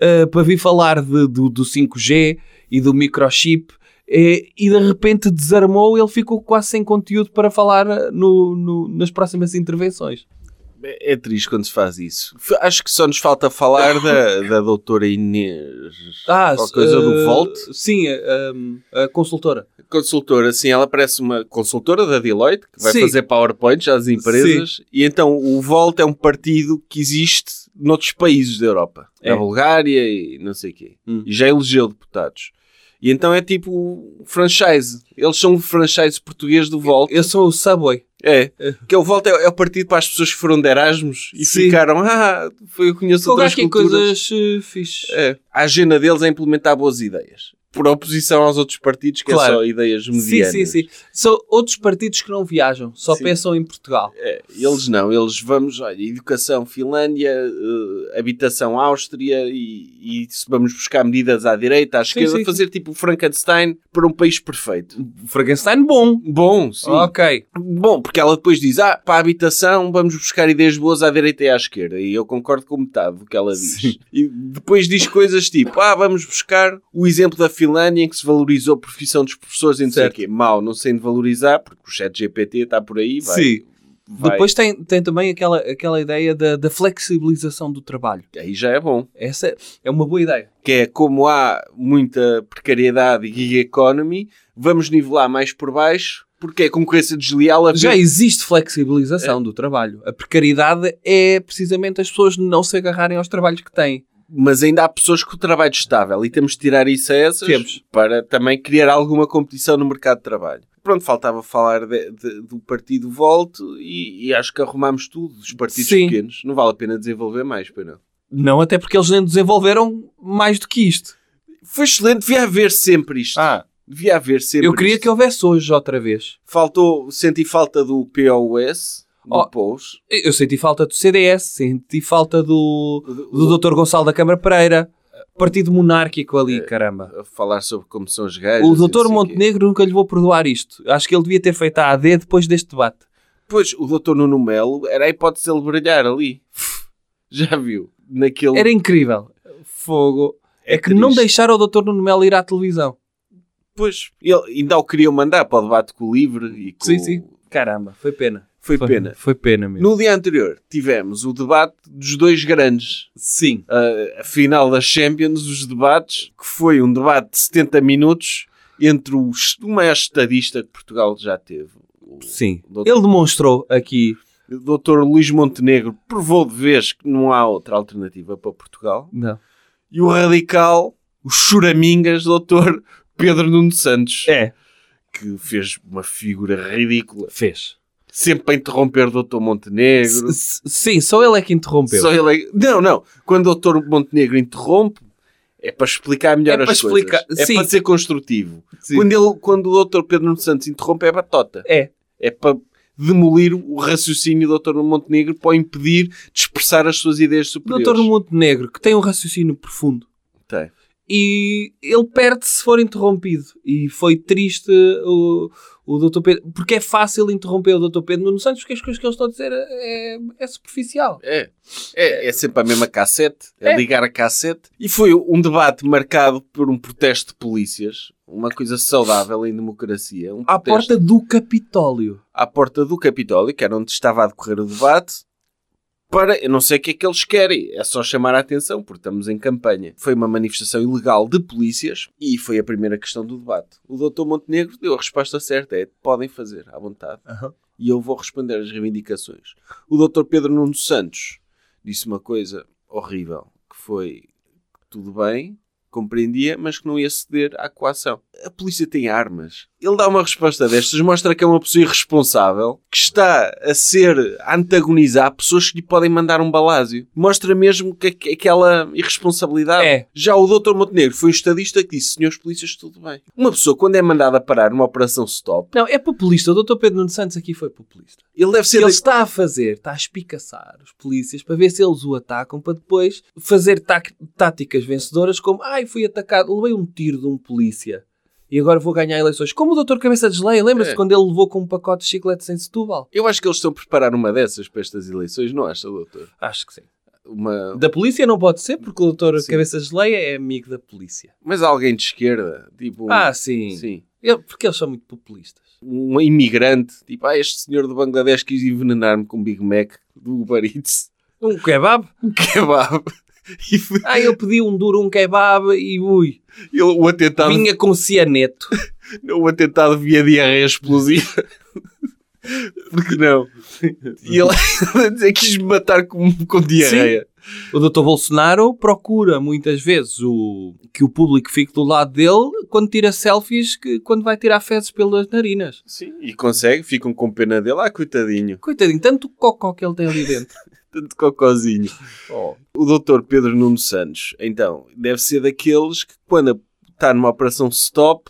eh, para vir falar de- do, do 5G e do microchip eh, e de repente desarmou ele ficou quase sem conteúdo para falar eh, no- no- nas próximas intervenções.
É triste quando se faz isso. F- Acho que só nos falta falar da, da doutora Inês.
Ah,
Qualquer coisa do
eh,
Volt.
Sim, eh, um, a consultora.
Consultora, sim, ela parece uma consultora da Deloitte, que vai
Sim.
fazer PowerPoints às empresas. E então o Volt é um partido que existe noutros países da Europa.
É. Hum.
Na Bulgária e não sei o quê. E já elegeu deputados. E então é tipo um franchise. Eles são um franchise português do Volt.
Eu sou o Subway.
É. Que é o Volta é, é o partido para as pessoas que foram de Erasmus e
Sim.
ficaram, ah, foi, eu conheço
Colocar
outras
aqui
culturas.
é coisas eh, fixes.
É. A agenda deles é implementar boas ideias. Por oposição aos outros partidos que
Claro.
é só ideias
Sim,
medianas.
sim, sim. São outros partidos que não viajam, só pensam em Portugal.
É, eles não, eles vamos, olha, educação Finlândia, eh, habitação Áustria e, e se vamos buscar medidas à direita, à esquerda,
sim,
fazer tipo o Frankenstein para um país perfeito.
Frankenstein bom.
Bom, sim.
Ok.
Bom, porque ela depois diz: Ah, para a habitação vamos buscar ideias boas à direita e à esquerda. E eu concordo com metade do que ela diz. E depois diz coisas tipo: Ah, vamos buscar o exemplo da Finlândia em que se valorizou a profissão dos professores e não sei o
Certo.
quê. Mal, não sei de valorizar, porque o chat GPT está por aí. Vai,
Sim.
vai.
Depois tem, tem também aquela, aquela ideia da, da flexibilização do trabalho.
Aí já é bom.
Essa é uma boa ideia.
Que é como há muita precariedade e gig economy, vamos nivelar mais por baixo, porque é concorrência desleal a
Já existe flexibilização do trabalho. A precariedade é precisamente as pessoas não se agarrarem aos trabalhos que têm.
mas ainda há pessoas com trabalho é estável e temos de tirar isso a essas
Temos.
para também criar alguma competição no mercado de trabalho. Pronto, faltava falar de- de- do partido Volto e, e acho que arrumámos tudo, dos partidos
Sim.
pequenos. Não vale a pena desenvolver mais, pois não.
Não, até porque eles nem desenvolveram mais do que isto.
Foi excelente, devia haver sempre isto.
Ah.
Devia haver sempre
Eu queria
isto.
que houvesse hoje outra vez.
Faltou, senti falta do POS, do
Oh.
POS.
Eu senti falta do CDS, senti falta do, Ah, do Dr. Gonçalo da Câmara Pereira. Partido monárquico ali, caramba.
A falar sobre como são os gays.
O Dr. Montenegro nunca lhe vou perdoar isto. Acho que ele devia ter feito a AD depois deste debate.
Pois, o Dr. Nuno Melo era a hipótese de ele brilhar ali. Já viu? Naquele...
Era incrível. Fogo. É, que não
triste.
deixaram o Dr. Nuno Melo ir à televisão.
Pois, ele ainda o queriam mandar para o debate com o Livre e com
Sim,
o-
sim. Caramba, foi pena.
Foi pena.
Foi pena mesmo.
No dia anterior tivemos o debate dos dois grandes. Ah,
Sim.
A, a final da Champions, os debates, que foi um debate de 70 minutos entre o, es- o maior estadista que Portugal já teve. O
Sim.
Doutor-
Ele demonstrou aqui,
o Dr. Luís Montenegro provou de vez que não há outra alternativa para Portugal.
não.
E o radical, o choramingas, Dr. Pedro Nuno Santos,
É,
que fez uma figura ridícula.
fez.
sempre para interromper o Dr. Montenegro.
S- Sim, só ele é que interrompeu.
Só ele é- Não, não. Quando o Dr. Montenegro interrompe, é para explicar melhor
É
as
para explicar-
coisas. É
sim.
para ser construtivo.
Sim.
Quando, ele, quando o Dr. Pedro Nuno Santos interrompe, é batota.
É.
É para demolir o raciocínio do Dr. Montenegro para o impedir de expressar as suas ideias
O
superiores.
Dr. Montenegro, que tem um raciocínio profundo.
Tem.
E ele perde se for interrompido. E foi triste o, o Dr. Pedro. Porque é fácil interromper o Dr. Pedro Nuno Santos, porque as coisas que eles estão a dizer é, é superficial.
É. É, é sempre a mesma cassete, é,
É.
ligar a cassete. E foi um debate marcado por um protesto de polícias, uma coisa saudável em democracia. Um
À
protesto-
porta do Capitólio.
à porta do Capitólio, que era onde estava a decorrer o debate, para eu não sei o que é que eles querem, é só chamar a atenção, porque estamos em campanha. Foi uma manifestação ilegal de polícias e foi a primeira questão do debate. O doutor Montenegro deu a resposta certa: é podem fazer, à vontade. E eu vou responder às reivindicações. O doutor Pedro Nuno Santos disse uma coisa horrível, que foi tudo bem, compreendia, mas que não ia ceder à coação. A polícia tem armas. Ele dá uma resposta destas, mostra que é uma pessoa irresponsável, que está a ser a antagonizar pessoas que lhe podem mandar um balásio. Mostra mesmo que aqu- aquela irresponsabilidade.
É.
Já o Dr. Montenegro foi um estadista que disse: senhores polícias, tudo bem. Uma pessoa, quando é mandada parar numa operação stop,
Não, é populista. O Dr. Pedro Nuno Santos aqui foi populista.
ele deve ser.
Ele
da-
está a fazer, está a espicaçar os polícias para ver se eles o atacam, para depois fazer tac- táticas vencedoras como ai, fui atacado, levei um tiro de um polícia e agora vou ganhar eleições. Como o Dr. Cabeça de Geleia, lembra-se
É.
quando ele levou com um pacote de chicletes em Setúbal?
Eu acho que eles estão a preparar uma dessas para estas eleições, não acha, doutor?
Acho que sim.
Uma...
Da polícia não pode ser, porque o Dr.
Sim.
Cabeça de Geleia é amigo da polícia.
Mas alguém de esquerda, tipo. um-
Ah, sim.
Sim.
Eu- porque eles são muito populistas.
um imigrante, tipo, ah, este senhor do Bangladesh quis envenenar-me com Big Mac, do Uber Eats.
Um kebab?
Um kebab. E foi-
Ah, eu pedi um duro, um kebab e ui.
ele- o atentado,
Vinha com cianeto.
o atentado via diarreia explosiva. Porque não? E ele a dizer que quis me matar com, com diarreia.
O Dr. Bolsonaro procura muitas vezes o, que o público fique do lado dele quando tira selfies, que, quando vai tirar fezes pelas narinas.
Sim. E consegue, ficam com pena dele. Ah, coitadinho.
Coitadinho, tanto cocó que ele tem ali dentro.
Tanto cocôzinho.
Oh.
O doutor Pedro Nuno Santos, então, deve ser daqueles que quando está numa operação stop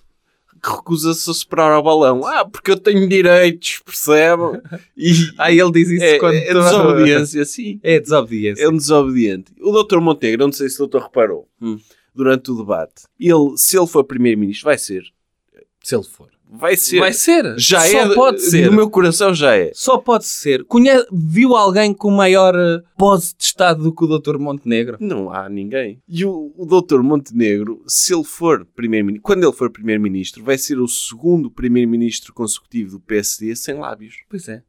que recusa-se a soprar ao balão. Ah, porque eu tenho direitos, percebe? E
Ah, ele diz isso
é,
quando...
é desobediência, sim.
É desobediência.
É um desobediente. O doutor Montenegro, não sei se o doutor reparou,
Hum.
durante o debate, ele, se ele for primeiro-ministro, vai ser.
Se ele for.
Vai ser.
Vai ser.
Já
Só
é. de-
pode ser.
No meu coração já é.
Só pode ser. Conhe- Viu alguém com maior eh, pose de estado do que o Dr. Montenegro?
Não há ninguém. E o, o Dr. Montenegro, se ele for primeiro-ministro, quando ele for primeiro-ministro, vai ser o segundo primeiro-ministro consecutivo do PSD sem lábios.
Pois é.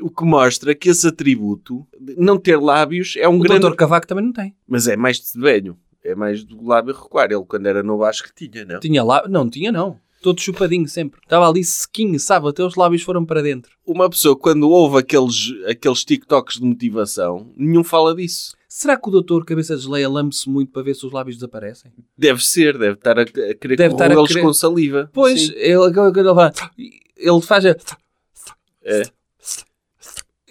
O que mostra que esse atributo, de não ter lábios, é um
O
grande.
Dr. Cavaco também não tem.
Mas é mais de velho. É mais do lábio recuar. Ele, quando era novo, acho que tinha, não?
Tinha lá... Não, tinha não. Todo chupadinho sempre. Estava ali sequinho, sabe? Até os lábios foram para dentro.
Uma pessoa, quando ouve aqueles, aqueles TikToks de motivação, nenhum fala disso.
Será que o doutor Cabeça de Geleia lambe-se muito para ver se os lábios desaparecem?
Deve ser, deve estar a, a querer
Deve estar a
corroê-los
querer-
com saliva.
Pois,
Sim.
ele, quando ele, vai- ele faz a...
É.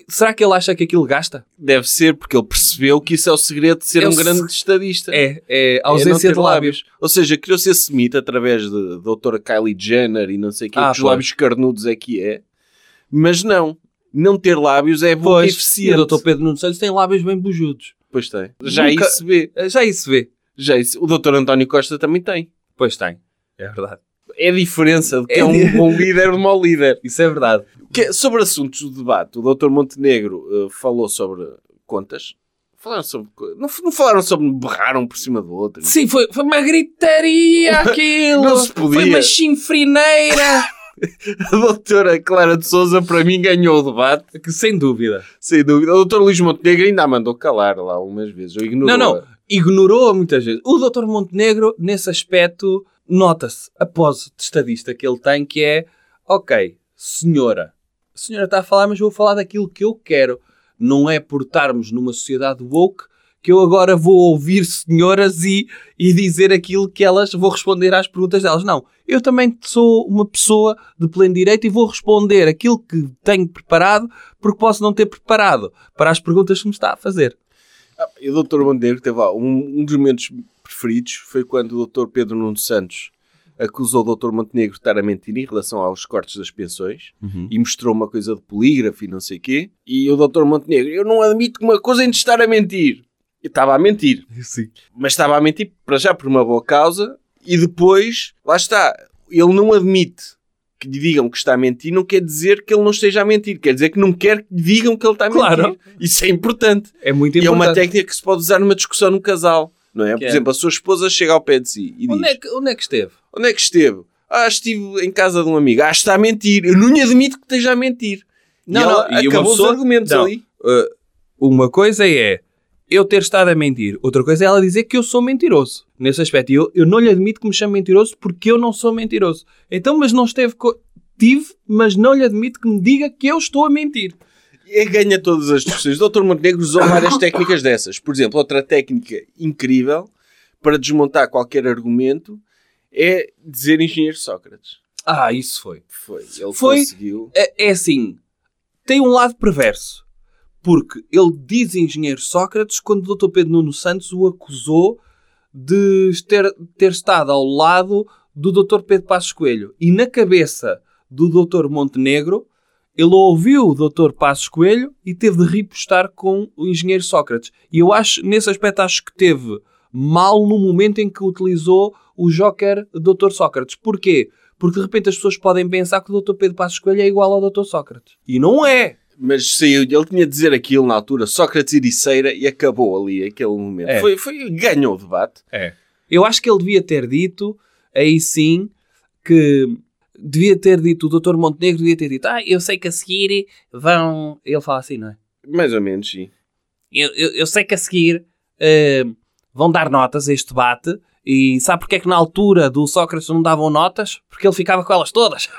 Será que ele acha que aquilo gasta?
Deve ser, porque ele percebeu que isso é o segredo de ser
É o
um grande estadista.
É, é
É não
ausência
ter
de lábios.
Ou seja, criou-se esse mito através de doutora Kylie Jenner e não sei o quê,
Ah,
que os
pois.
lábios carnudos é que é. Mas não. Não ter lábios é bom e
e o
eficiente.
doutor Pedro Nuno Santos tem lábios bem bujudos.
Pois tem. Já
Nunca-
isso vê.
Eh, Já isso vê.
Já isso. O doutor António Costa também tem.
Pois tem. É verdade.
É a diferença de que é,
É
um
di-
bom líder de mau líder.
Isso é verdade.
Que- sobre assuntos do debate, o doutor Montenegro eh, falou sobre contas. Falaram sobre... co- Não, f- não falaram sobre berraram por cima do outro.
Sim, foi, foi uma gritaria aquilo.
Não se podia.
Foi uma chinfrineira.
A doutora Clara de Souza, para mim, ganhou o debate.
Que sem dúvida.
Sem dúvida. O Dr. Luís Montenegro ainda a mandou calar lá algumas vezes. Eu ignorou.
Não, não. Ignorou muitas vezes. O Dr. Montenegro, nesse aspecto, nota-se a pose de estadista que ele tem, que é, ok, senhora, a senhora está a falar, mas eu vou falar daquilo que eu quero. Não é por estarmos numa sociedade woke que eu agora vou ouvir senhoras e, e dizer aquilo que elas, vou responder às perguntas delas. Não, eu também sou uma pessoa de pleno direito e vou responder aquilo que tenho preparado, porque posso não ter preparado para as perguntas que me está a fazer.
Ah, E o Dr. Montenegro teve lá. Um, um dos momentos preferidos foi quando o Dr. Pedro Nuno Santos acusou o Dr. Montenegro de estar a mentir em relação aos cortes das pensões
Uhum.
e mostrou uma coisa de polígrafo e não sei quê. E o Dr. Montenegro, eu não admito que uma coisa ainda estar a mentir. E estava a mentir.
Sim.
mas estava a mentir para já por uma boa causa e depois, lá está, ele não admite que lhe digam que está a mentir, não quer dizer que ele não esteja a mentir, quer dizer que não quer que lhe digam que ele está a mentir.
Claro.
Isso é importante.
É muito
E é uma
importante.
técnica que se pode usar numa discussão num casal, não é?
Que
por
é?
exemplo, a sua esposa chega ao pé de si e
Onde
diz:
é, que, onde é que esteve?
Onde é que esteve? Ah, estive em casa de um amigo. Ah, está a mentir. Eu não lhe admito que esteja a mentir.
Não,
e ela
não, e uma
acabou
pessoa-
os argumentos
não.
ali.
Uma coisa é eu ter estado a mentir, outra coisa é ela dizer que eu sou mentiroso. Nesse aspecto, E eu, eu não lhe admito que me chame mentiroso porque eu não sou mentiroso. Então, mas não esteve. co- Tive, mas não lhe admito que me diga que eu estou a mentir.
é, ganha todas as discussões. O Dr. Montenegro usou várias técnicas dessas. Por exemplo, outra técnica incrível para desmontar qualquer argumento é dizer engenheiro Sócrates.
Ah, isso foi.
Foi. Ele
Foi-
conseguiu.
É, é assim, tem um lado perverso. Porque ele diz engenheiro Sócrates quando o Dr. Pedro Nuno Santos o acusou de ter, ter estado ao lado do Dr. Pedro Passos Coelho. E na cabeça do Dr. Montenegro, ele ouviu o Dr. Passos Coelho e teve de ripostar com o engenheiro Sócrates. E eu acho, nesse aspecto, acho que teve mal no momento em que utilizou o joker Dr. Sócrates. Porquê? Porque de repente as pessoas podem pensar que o Dr. Pedro Passos Coelho é igual ao Dr. Sócrates. E não é!
Mas saiu, ele tinha de dizer aquilo na altura, Sócrates Ericeira, e acabou ali aquele momento.
É.
Foi, foi, ganhou o debate.
Eu acho que ele devia ter dito, aí sim, que devia ter dito, o Dr. Montenegro devia ter dito, ah, eu sei que a seguir vão... Ele fala assim, não é?
Mais ou menos, sim.
Eu, eu- eu sei que a seguir eh, vão dar notas a este debate. E sabe porque é que na altura do Sócrates não davam notas? Porque ele ficava com elas todas.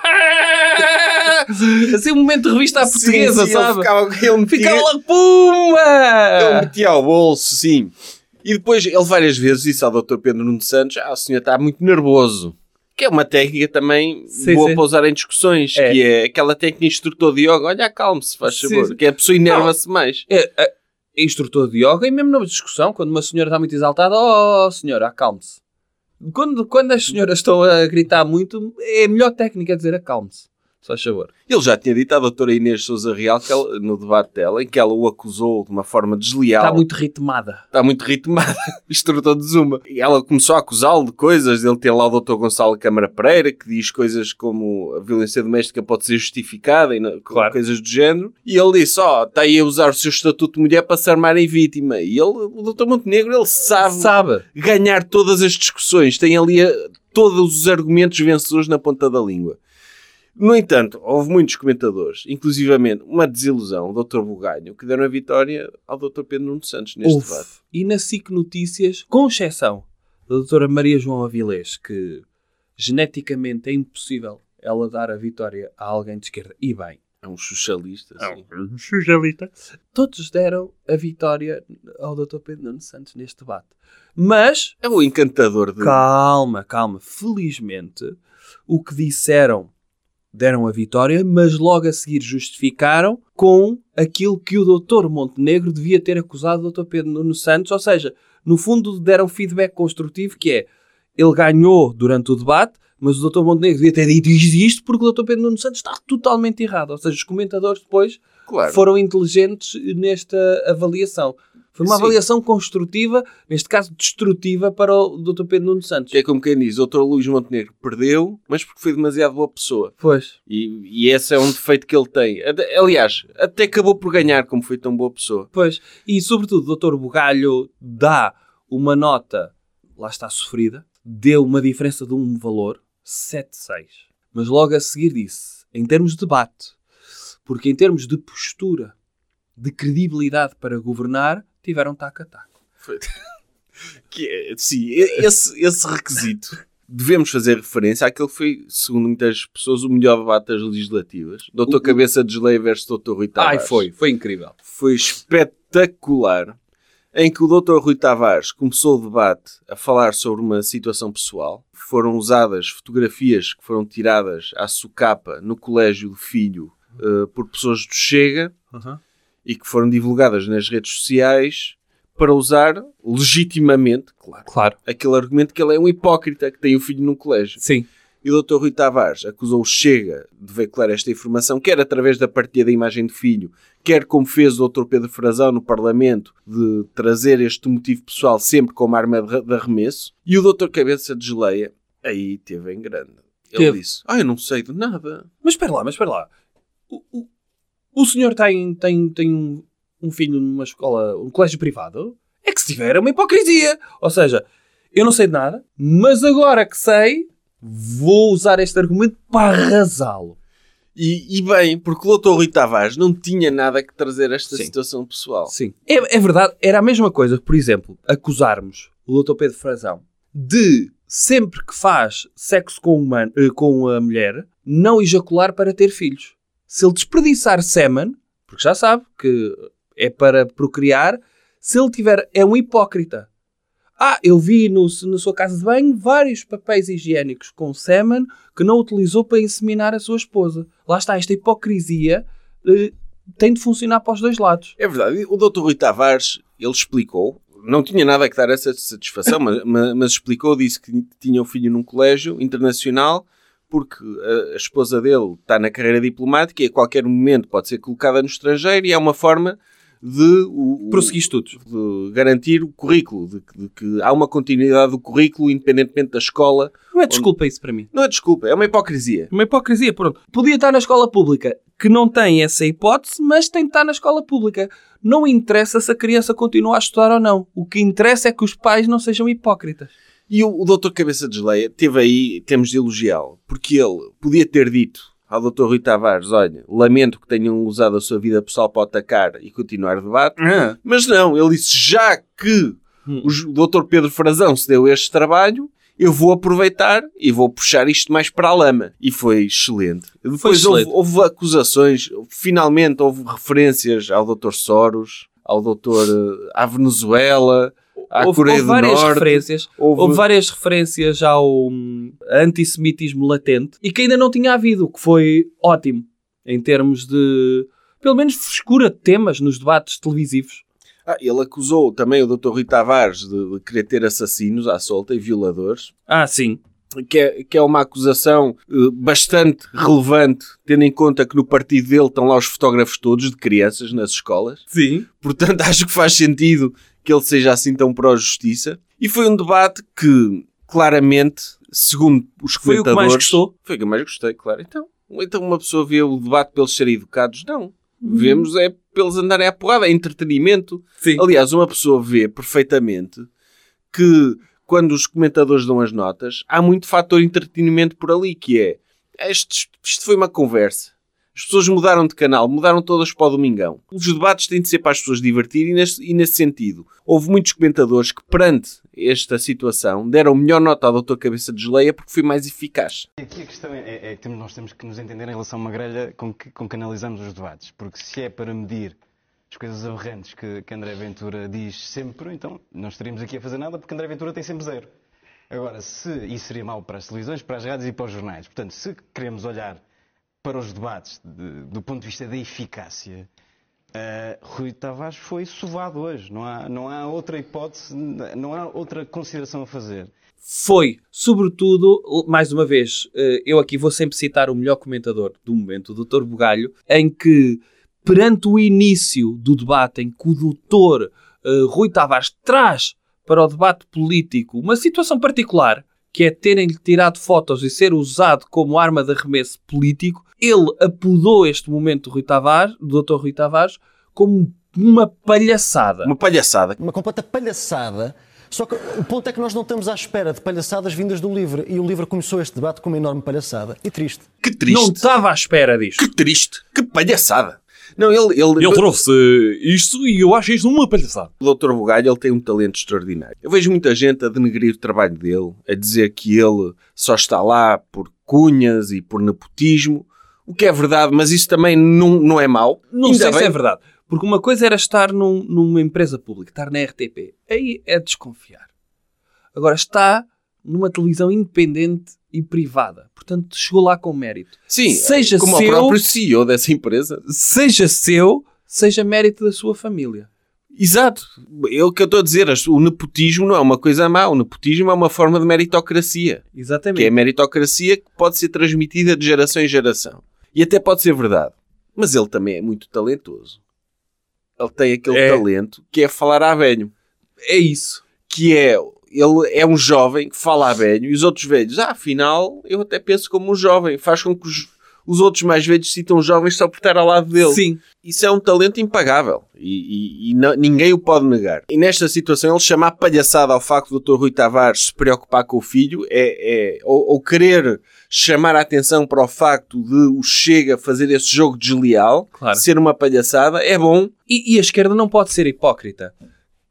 Assim, um momento de revista à portuguesa,
sim, ele
sabe?
ficava- ele metia-
Ficava lá, pumba!
Ele metia ao bolso, sim. E depois ele várias vezes disse ao Dr. Pedro Nuno Santos: Ah, o senhor está muito nervoso. Que é uma técnica também
Sim,
boa
sim.
para usar em discussões,
É.
que é aquela técnica instrutor de yoga. Olha, acalme-se, faz
Sim,
favor.
sim.
Que a pessoa enerva-se mais.
É, é, instrutor de yoga e mesmo numa discussão, quando uma senhora está muito exaltada, oh senhora, acalme-se. Quando, quando as senhoras estão a gritar muito, é a melhor técnica é dizer acalme-se. Só favor.
Ele já tinha dito à doutora Inês Souza Real que ela- no debate dela, em que ela o acusou de uma forma desleal.
Está muito ritmada.
está Tá muito ritmada, instrutor de Zuma. E ela começou a acusá-lo de coisas. Ele tem lá o Dr. Gonçalo Câmara Pereira, que diz coisas como a violência doméstica pode ser justificada e não- coisas do género. E ele disse: Ó, está aí a usar o seu estatuto de mulher para se armar em vítima. E ele, o Dr. Montenegro, ele sabe,
Sabe?
ganhar todas as discussões, tem ali eh, todos os argumentos vencedores na ponta da língua. No entanto, houve muitos comentadores, inclusivamente uma desilusão, o Dr. Bugalho, que deram a vitória ao Dr. Pedro Nuno Santos neste
Houve.
debate.
E na SIC Notícias, com exceção da doutora Maria João Avilés, que geneticamente é impossível ela dar a vitória a alguém de esquerda. E bem,
É um socialista. sim.
todos deram a vitória ao Dr. Pedro Nuno Santos neste debate. Mas
É o encantador de.
Calma, calma. Felizmente, o que disseram deram a vitória, mas logo a seguir justificaram com aquilo que o doutor Montenegro devia ter acusado o Dr. Pedro Nuno Santos, ou seja, no fundo deram feedback construtivo que é ele ganhou durante o debate, mas o Dr. Montenegro devia ter dito isto e isto porque o Dr. Pedro Nuno Santos está totalmente errado, ou seja, os comentadores depois
Claro.
foram inteligentes nesta avaliação. Foi uma
Sim.
avaliação construtiva, neste caso destrutiva, para o Dr. Pedro Nuno Santos.
Que é como quem diz, o Dr. Luís Montenegro perdeu, mas porque foi demasiado boa pessoa.
Pois.
E, e esse é um defeito que ele tem. Até- Aliás, até acabou por ganhar como foi tão boa pessoa.
Pois. E, sobretudo, o Dr. Bugalho dá uma nota, lá está sofrida, deu uma diferença de um valor, 7,6. Mas logo a seguir disse, em termos de debate, porque em termos de postura, de credibilidade para governar, tiveram taco a taco.
Que é, sim, e- esse, esse requisito. Devemos fazer referência àquele que foi, segundo muitas pessoas, o melhor debate das legislativas. Dr.
O- o-
Cabeça de Geleia versus Dr. Rui Tavares.
foi incrível.
foi espetacular, em que o Dr. Rui Tavares começou o debate a falar sobre uma situação pessoal. Foram usadas fotografias que foram tiradas à socapa no colégio do filho eh, por pessoas do Chega e que foram divulgadas nas redes sociais para usar legitimamente, claro,
Claro.
aquele argumento que ele é um hipócrita que tem o filho num colégio.
Sim.
E o Dr. Rui Tavares acusou o Chega de veicular esta informação, quer através da partilha da imagem do filho, quer como fez o Dr. Pedro Frazão no Parlamento, de trazer este motivo pessoal sempre como arma de de arremesso. E o Dr. Cabeça de Geleia, aí teve em grande. Ele
Teve.
disse: Ah, eu não sei de nada.
Mas espera lá, mas espera lá. O, o, o senhor tem, tem, tem um, um filho numa escola, um colégio privado? É que se tiver é uma hipocrisia. Ou seja, eu não sei de nada, mas agora que sei, vou usar este argumento para arrasá-lo.
E, e bem, porque o Dr. Rui Tavares não tinha nada que trazer a esta
Sim.
situação pessoal.
Sim. É, é verdade, era a mesma coisa, por exemplo, acusarmos o Dr. Pedro Frazão de, sempre que faz sexo com, humano, eh, com a mulher, não ejacular para ter filhos. Se ele desperdiçar sêmen, porque já sabe que é para procriar, se ele tiver, é um hipócrita. Ah, eu vi no, na sua casa de banho vários papéis higiênicos com sêmen que não utilizou para inseminar a sua esposa. Lá está, esta hipocrisia eh, tem de funcionar para os dois lados.
É verdade. O Dr. Rui Tavares, ele explicou, não tinha nada a que dar essa satisfação, mas, ma- mas explicou, disse que tinha um filho num colégio internacional, porque a, a esposa dele está na carreira diplomática e a qualquer momento pode ser colocada no estrangeiro e é uma forma de, o- o-
Prosseguir estudos.
de garantir o currículo, de, que- de que há uma continuidade do currículo independentemente da escola.
Não é desculpa isso para mim.
Não é desculpa, é uma hipocrisia.
Uma hipocrisia, pronto. Podia estar na escola pública, que não tem essa hipótese, mas tem de estar na escola pública. Não interessa se a criança continua a estudar ou não. O que interessa é que os pais não sejam hipócritas.
E o, o Dr. Cabeça de Geleia teve aí, temos de elogiá-lo, porque ele podia ter dito ao Dr. Rui Tavares, olha, lamento que tenham usado a sua vida pessoal para atacar e continuar o debate,
Ah.
mas não, ele disse, já que
Hum.
o Ju- Dr. Pedro Frazão se deu este trabalho, eu vou aproveitar e vou puxar isto mais para a lama. E foi excelente. Depois
excelente.
Houve, houve acusações, finalmente houve referências ao Dr. Soros, ao Dr. eh, à Venezuela, à
houve,
Coreia
houve
do
várias
Norte.
referências
houve-
houve... várias referências ao hum, antissemitismo latente e que ainda não tinha havido o que foi ótimo em termos de pelo menos frescura de temas nos debates televisivos
Ah, ele acusou também o Dr. Rui Tavares de, de querer ter assassinos à solta e violadores,
ah sim
que é, que é uma acusação eh, bastante relevante, tendo em conta que no partido dele estão lá os fotógrafos todos de crianças nas escolas.
sim
Portanto, acho que faz sentido que ele seja assim tão pró-justiça. E foi um debate que, claramente, segundo os
Foi o que
comentadores...
mais gostou?
Foi o que eu mais gostei, claro. Então, então uma pessoa vê o debate pelos serem educados? Não. Vemos é pelos andarem à porrada, é entretenimento.
sim
Aliás, uma pessoa vê perfeitamente que quando os comentadores dão as notas, há muito fator entretenimento por ali, que é estes- isto foi uma conversa. As pessoas mudaram de canal, mudaram todas para o Domingão. Os debates têm de ser para as pessoas divertirem e nesse, e nesse sentido. Houve muitos comentadores que, perante esta situação, deram melhor nota ao Doutor Cabeça de Geleia porque foi mais eficaz.
Aqui a questão é, é- é que temos- nós temos que nos entender em relação a uma grelha com que, com que analisamos os debates. Porque se é para medir as coisas aberrantes que, que André Ventura diz sempre, então não estaríamos aqui a fazer nada porque André Ventura tem sempre zero. Agora, se isso seria mau para as televisões, para as rádios e para os jornais. Portanto, se queremos olhar para os debates de- do ponto de vista da eficácia, eh, Rui Tavares foi sovado hoje. Não há, não há outra hipótese, n- não há outra consideração a fazer.
foi, sobretudo, mais uma vez, eh, eu aqui vou sempre citar o melhor comentador do momento, o Dr. Bugalho, em que, perante o início do debate, em que o Dr. eh, Rui Tavares traz para o debate político uma situação particular, que é terem-lhe tirado fotos e ser usado como arma de arremesso político, ele apodou este momento do Rui Tavares, do Dr. Rui Tavares, como uma palhaçada.
Uma palhaçada.
Uma completa palhaçada. Só que o ponto é que nós não estamos à espera de palhaçadas vindas do livro. E o livro começou este debate com uma enorme palhaçada. E triste.
Que triste.
Não estava à espera disto.
Que triste. Que palhaçada. Não, ele... Ele,
trouxe isto e eu acho isto uma palhaçada.
O Dr. Bugalho ele tem um talento extraordinário. Eu vejo muita gente a denegrir o trabalho dele, a dizer que ele só está lá por cunhas e por nepotismo, o que é verdade, mas isso também não, não é mau.
Não
Ainda
sei se
bem.
é verdade. Porque uma coisa era estar num- numa empresa pública, estar na RTP. Aí é desconfiar. Agora está numa televisão independente e privada. Portanto, chegou lá com mérito.
Sim,
seja
como
seu,
o próprio CEO dessa empresa.
Seja seu, seja mérito da sua família.
Exato. É o que eu estou a dizer. as- O nepotismo não é uma coisa má. O nepotismo é uma forma de meritocracia.
Exatamente.
Que é a meritocracia que pode ser transmitida de geração em geração. E até pode ser verdade. Mas ele também é muito talentoso. Ele tem aquele
É.
talento que é falar a velho.
É isso.
Que é... Ele é um jovem que fala a velho e os outros velhos, ah, afinal, eu até penso como um jovem. Faz com que os, os outros mais velhos citam jovens só por estar ao lado dele.
Sim.
Isso é um talento impagável e, e- e não- ninguém o pode negar. E nesta situação, ele chamar palhaçada ao facto do Dr. Rui Tavares se preocupar com o filho é, é- ou, ou querer chamar a atenção para o facto de o Chega fazer esse jogo desleal, ser uma palhaçada, é bom.
E, e a esquerda não pode ser hipócrita.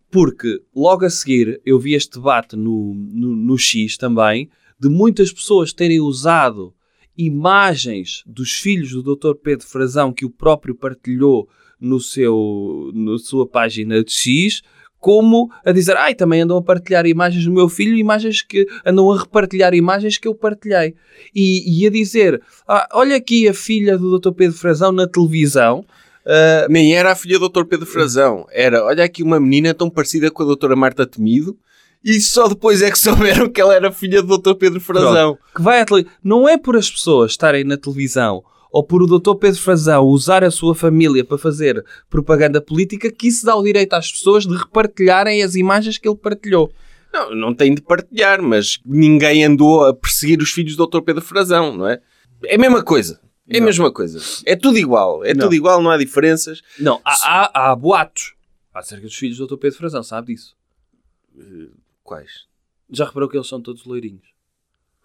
Porque logo a seguir eu vi este debate no, no, no X também, de muitas pessoas terem usado imagens dos filhos do Dr. Pedro Frazão que o próprio partilhou no seu, na sua página de X, como a dizer, ai, também andam a partilhar imagens do meu filho, imagens que andam a repartilhar imagens que eu partilhei. E, e a dizer, "Ah, olha aqui a filha do Dr. Pedro Frazão na televisão. ah,
Nem era a filha do Dr. Pedro Frazão, era olha aqui uma menina tão parecida com a Dra. Marta Temido e só depois é que souberam que ela era filha do Dr. Pedro Frazão.
Pronto. Que vai à tele- Não é por as pessoas estarem na televisão ou por o Dr. Pedro Frazão usar a sua família para fazer propaganda política que isso dá o direito às pessoas de repartilharem as imagens que ele partilhou.
Não, não tem de partilhar, mas ninguém andou a perseguir os filhos do Dr. Pedro Frazão, não é? É a mesma coisa. É a mesma coisa. É tudo igual. É
Não.
tudo igual, não há diferenças.
Não, há, há, há boatos acerca dos filhos do Dr. Pedro Frazão, sabe disso?
Quais?
Já reparou que eles são todos loirinhos?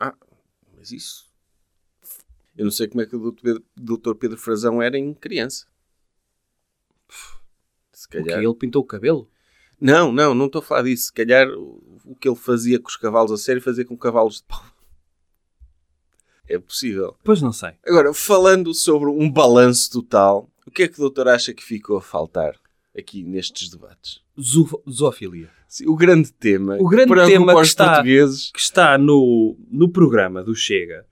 Ah, mas isso. Eu não sei como é que o Dr. Pedro, Dr. Pedro Frazão era em criança. Se calhar.
ele pintou o cabelo?
Não, não, não estou a falar disso. Se calhar o o que ele fazia com os cavalos a sério, fazia com cavalos de pau. É possível.
Pois não sei.
Agora, falando sobre um balanço total, o que é que o doutor acha que ficou a faltar aqui nestes debates?
Zo- Zoofilia.
Sim, O grande tema,
O grande
preocupa
tema que
os
está,
portugueses
que está no, no programa do Chega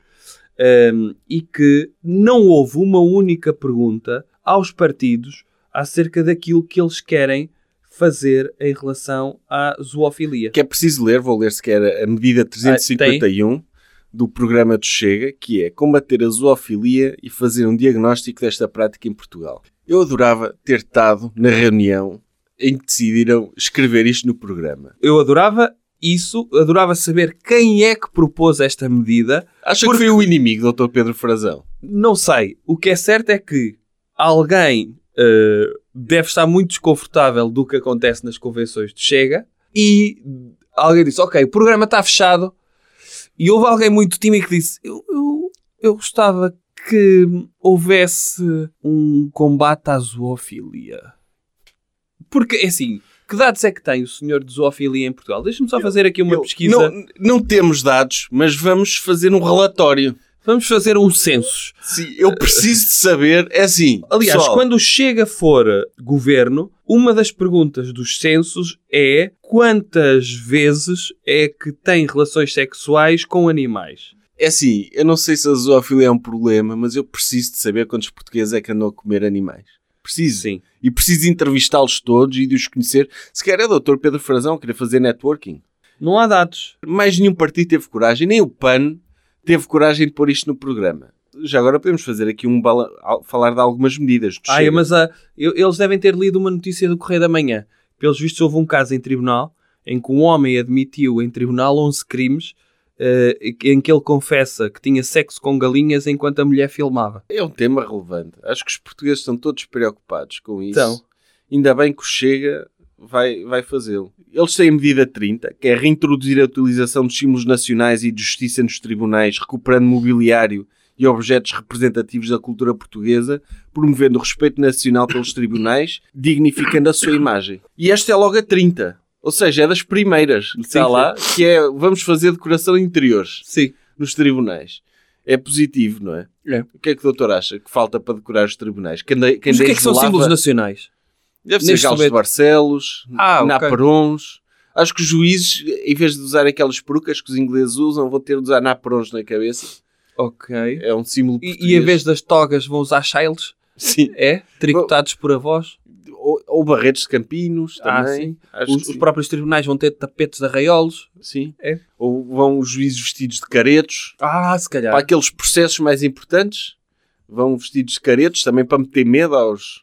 hum, e que não houve uma única pergunta aos partidos acerca daquilo que eles querem fazer em relação à zoofilia.
que é preciso ler, vou ler sequer a medida 351 do programa do Chega, que é combater a zoofilia e fazer um diagnóstico desta prática em Portugal. Eu adorava ter estado na reunião em que decidiram escrever isto no programa.
Eu adorava isso, adorava saber quem é que propôs esta medida.
Acha que foi o inimigo, Dr. Pedro Frazão?
Não sei. O que é certo é que alguém eh, deve estar muito desconfortável do que acontece nas convenções de Chega e alguém disse: Ok, o programa está fechado. E houve alguém muito tímido que disse: Eu, eu, eu gostava que houvesse um combate à zoofilia. Porque, é assim, que dados é que tem o senhor de zoofilia em Portugal? Deixa-me só fazer aqui uma pesquisa.
Não, não temos dados, mas vamos fazer um relatório.
Vamos fazer um censo.
Sim, eu preciso de saber, é assim.
Aliás,
pessoal,
quando chega fora governo, uma das perguntas dos censos é quantas vezes é que tem relações sexuais com animais.
É assim, eu não sei se a zoofilia é um problema, mas eu preciso de saber quantos portugueses é que andam a comer animais. Preciso.
Sim.
E preciso de entrevistá-los todos e de os conhecer. Se quer é o Dr. Pedro Frazão querer fazer networking.
Não há dados.
Mais nenhum partido teve coragem, nem o PAN teve coragem de pôr isto no programa. Já agora podemos fazer aqui um bala... al- falar de algumas medidas. do
Ai,
Chega.
mas ah, eu- eles devem ter lido uma notícia do Correio da Manhã. Pelos vistos, houve um caso em tribunal em que um homem admitiu em tribunal 11 crimes eh, em que ele confessa que tinha sexo com galinhas enquanto a mulher filmava.
É um tema relevante. Acho que os portugueses estão todos preocupados com isso.
Estão.
Ainda bem que o Chega vai, vai fazê-lo. Eles têm a medida 30, que é reintroduzir a utilização dos símbolos nacionais e de justiça nos tribunais, recuperando mobiliário e objetos representativos da cultura portuguesa, promovendo o respeito nacional pelos tribunais, dignificando a sua imagem. E esta é logo a 30. Ou seja, é das primeiras que está
sim.
lá, que é vamos fazer decoração de interiores
Sim.
nos tribunais. É positivo, não é?
É.
O que é que o doutor acha que falta para decorar os tribunais? Quem, de- quem
Mas o que é que são
desvelava-
símbolos nacionais?
Deve ser
neste
Galos de
momento?
Barcelos,
Ah, ok.
Naperons. Acho que os juízes, em vez de usar aquelas perucas que os ingleses usam, vão ter de usar Naperons na cabeça.
Ok.
É um símbolo
E, e
português.
em vez das togas vão usar shiles?
Sim.
É? Tricotados por avós?
Ou, ou barretes de Campinos
Ah,
também.
sim.
Acho
Os,
que
os
sim.
próprios tribunais vão ter tapetes de arraiolos?
Sim.
É.
Ou vão os juízes vestidos de caretos.
Ah, se calhar.
Para aqueles processos mais importantes, vão vestidos de caretos também para meter medo aos...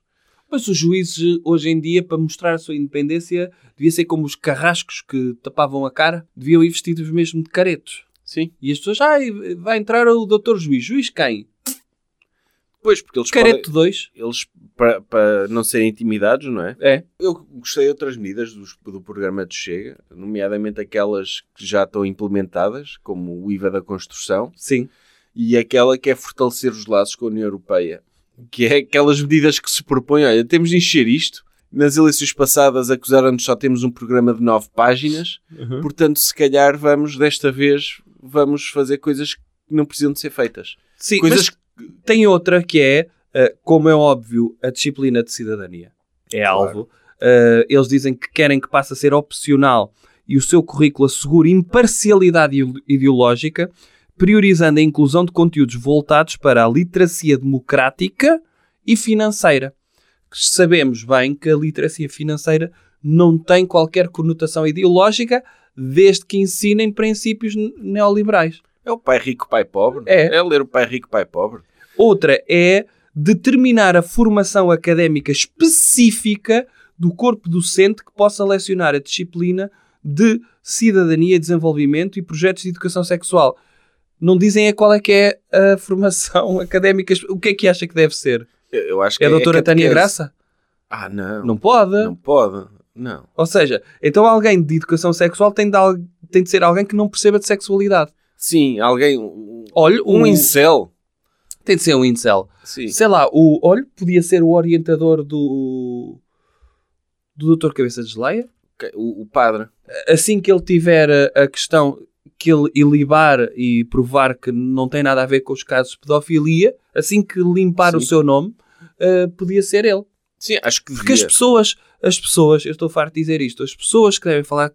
Mas os juízes, hoje em dia, para mostrar a sua independência, devia ser como os carrascos que tapavam a cara, deviam ir vestidos mesmo de caretos.
Sim.
E as pessoas, ah, vai entrar o doutor juiz. Juiz quem?
Pois, porque eles podem-
Careto 2?
eles para, para não serem intimidados, não é?
É.
Eu gostei de outras medidas dos- do, programa de Chega, nomeadamente aquelas que já estão implementadas, como o IVA da construção,
Sim.
e aquela que é fortalecer os laços com a União Europeia, que é aquelas medidas que se propõem, olha, temos de encher isto. Nas eleições passadas acusaram-nos só temos um programa de nove páginas, portanto, se calhar vamos, desta vez, vamos fazer coisas que não precisam de ser feitas.
Sim,
Coisas
mas tem outra que é, eh, como é óbvio, a disciplina de cidadania. É alvo. Eh, eles dizem que querem que passe a ser opcional e o seu currículo assegure imparcialidade ide- ideológica, priorizando a inclusão de conteúdos voltados para a literacia democrática e financeira. Sabemos bem que a literacia financeira não tem qualquer conotação ideológica, desde que ensinem princípios n- neoliberais.
É o pai rico, pai pobre.
É.
é ler o pai rico, pai pobre.
Outra é determinar a formação académica específica do corpo docente que possa lecionar a disciplina de cidadania, desenvolvimento e projetos de educação sexual. Não dizem a qual é que é a formação académica. espe- O que é que acha que deve ser?
Eu, eu acho que
É a doutora Tânia
catequese.
Graça?
Ah, não.
Não pode.
Não pode. Não.
Ou seja, então alguém de educação sexual tem de, al- tem de ser alguém que não perceba de sexualidade.
Sim, alguém. Um,
Olha,
um
o-
incel.
Tem de ser um incel. Sei lá, o olho podia ser o orientador do. do Dr. Cabeça de Geleia.
O, o padre.
Assim que ele tiver a, a questão que ele ilibar e provar que não tem nada a ver com os casos de pedofilia, assim que limpar o seu nome, ah, podia ser ele.
Sim, acho que
Porque as
devia.
pessoas, as pessoas, eu estou farto de dizer isto, as pessoas que devem falar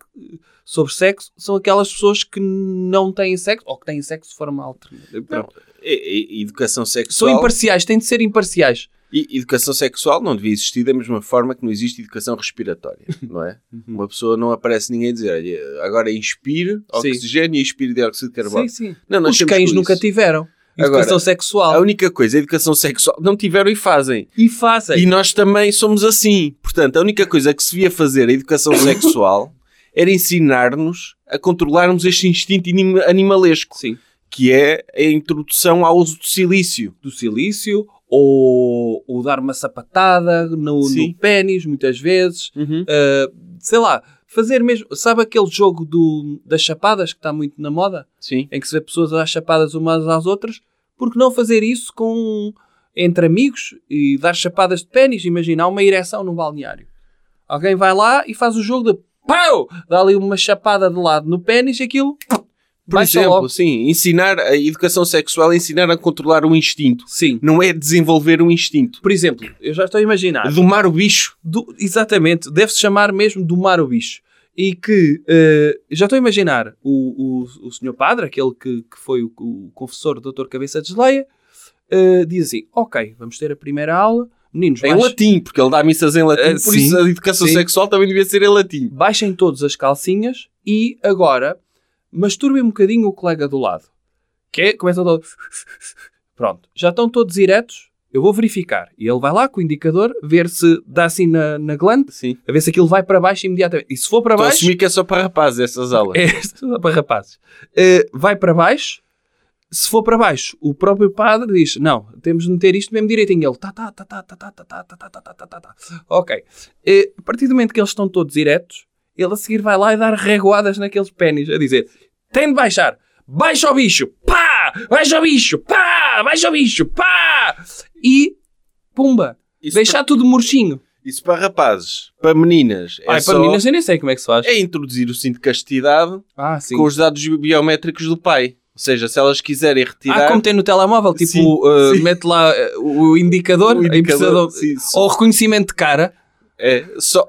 sobre sexo são aquelas pessoas que não têm sexo ou que têm sexo de forma alternativa.
Pronto. E- e- Educação
São
sexual.
imparciais, têm de ser imparciais.
E educação sexual não devia existir da mesma forma que não existe educação respiratória, não é?
Uhum.
Uma pessoa não aparece ninguém a dizer, olha, agora inspire oxigênio e expire dióxido de carbono.
Sim, sim.
Não, nós
Os
temos
cães
com
nunca
isso.
tiveram educação sexual.
A única coisa, é a educação sexual, não tiveram e fazem.
E fazem.
E nós também somos assim. Portanto, a única coisa que se devia fazer a educação sexual era ensinar-nos a controlarmos este instinto anim- animalesco. Que é a introdução ao uso do silício.
Do silício ou o dar uma sapatada no, no pênis, muitas vezes. Uh, sei lá, fazer mesmo. Sabe aquele jogo do, das chapadas que está muito na moda?
Sim.
Em que se vê pessoas a dar chapadas umas às outras. Por que não fazer isso com entre amigos e dar chapadas de pênis? Imagina, há uma ereção num balneário. Alguém vai lá e faz o jogo de pau! Dá ali uma chapada de lado no pênis e aquilo.
Por
baixa
exemplo,
logo.
sim, ensinar a educação sexual é ensinar a controlar o instinto.
Sim.
Não é desenvolver o instinto.
Por exemplo, eu já estou a imaginar.
Domar o bicho.
exatamente, deve-se chamar mesmo domar o bicho. E que eh, já estou a imaginar o, o, o senhor padre, aquele que, que foi o, o confessor do Dr. Cabeça de Geleia, eh, diz assim: Ok, vamos ter a primeira aula. Meninos,
Em
baixem-
latim, porque ele dá missas em latim,
Ah,
por
sim,
isso a educação
sim.
sexual também devia ser em latim.
Baixem todas as calcinhas e agora masturbem um bocadinho o colega do lado. Que é- começam todos. Pronto, já estão todos diretos. Eu vou verificar. E ele vai lá com o indicador, ver se dá assim na, na glande, a ver se aquilo vai para baixo imediatamente. E se for para
Estou a
baixo.
assumir que é só para rapazes essas aulas.
É, só para rapazes. Uh, vai para baixo. Se for para baixo, o próprio padre diz: Não, temos de meter isto mesmo direitinho. Ele, tá, tá, tá, tá, tá, tá, tá, tá, tá, tá, tá, tá, tá, tá, tá. Ok. Uh, a partir do momento que eles estão todos diretos, ele a seguir vai lá e dar regoadas naqueles pênis, a dizer: Tem de baixar. Baixa o bicho. Pá! Baixa o bicho. Pá! Baixa o bicho. Pá! E, pumba, deixar tudo murchinho.
Isso para rapazes. Para meninas. É
Ai, para
só-
meninas eu nem sei como é que se faz.
É introduzir o cinto de castidade
Ah, sim.
com os dados biométricos do pai. Ou seja, se elas quiserem retirar.
Ah, como tem no telemóvel, tipo,
Sim,
uh,
sim.
mete lá uh, o indicador,
O
a
indicador,
impressão-
sim, sim.
ou reconhecimento de cara.
É, só.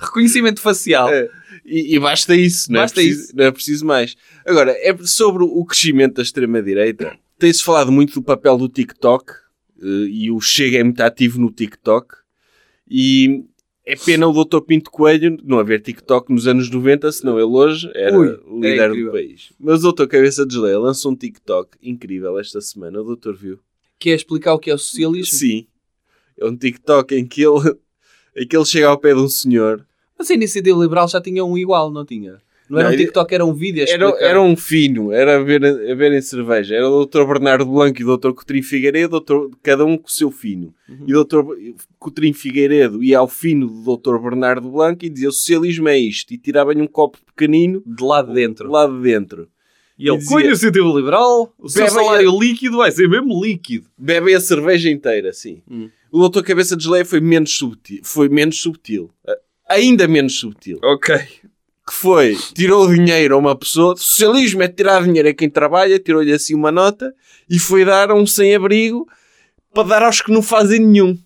reconhecimento facial.
É. E, e basta isso, não,
Basta
é preciso, não é preciso mais. Agora, é sobre o crescimento da extrema-direita. Tem-se falado muito do papel do TikTok eh, e o Chega é muito ativo no TikTok. E é pena o Dr. Pinto Coelho não haver TikTok nos anos 90, senão ele hoje era
Ui,
o
era
líder do
incrível.
país. Mas o Dr. Cabeça de Geleia lançou um TikTok incrível esta semana, o Dr. viu.
Que é explicar o que é o socialismo.
Sim. É um TikTok em que ele, em que ele chega ao pé de um senhor
Mas a iniciativa liberal já tinha um igual, não tinha? Não era
Não,
um
ele-
TikTok, era um vídeo a
Era,
explicar.
era um fino, era a ver, a ver em cerveja. Era o Dr. Bernardo Blanco e o Dr. Coutinho Figueiredo, doutor- cada um com o seu fino. E o Dr. Coutinho Figueiredo ia ao fino do Dr. Bernardo Blanco e dizia: o socialismo é isto. E tirava-lhe um copo pequenino
de lá de dentro.
De lá de dentro.
E ele, com a iniciativa liberal, o seu salário líquido vai ser mesmo líquido. Hum.
Bebem a cerveja inteira, sim. O Dr. Cabeça de Geleia foi menos subtil. Foi menos subtil. A- Ainda menos subtil.
Ok.
Que foi, tirou o dinheiro a uma pessoa. Socialismo é tirar dinheiro a quem trabalha. Tirou-lhe assim uma nota. E foi dar a um sem-abrigo para dar aos que não fazem nenhum.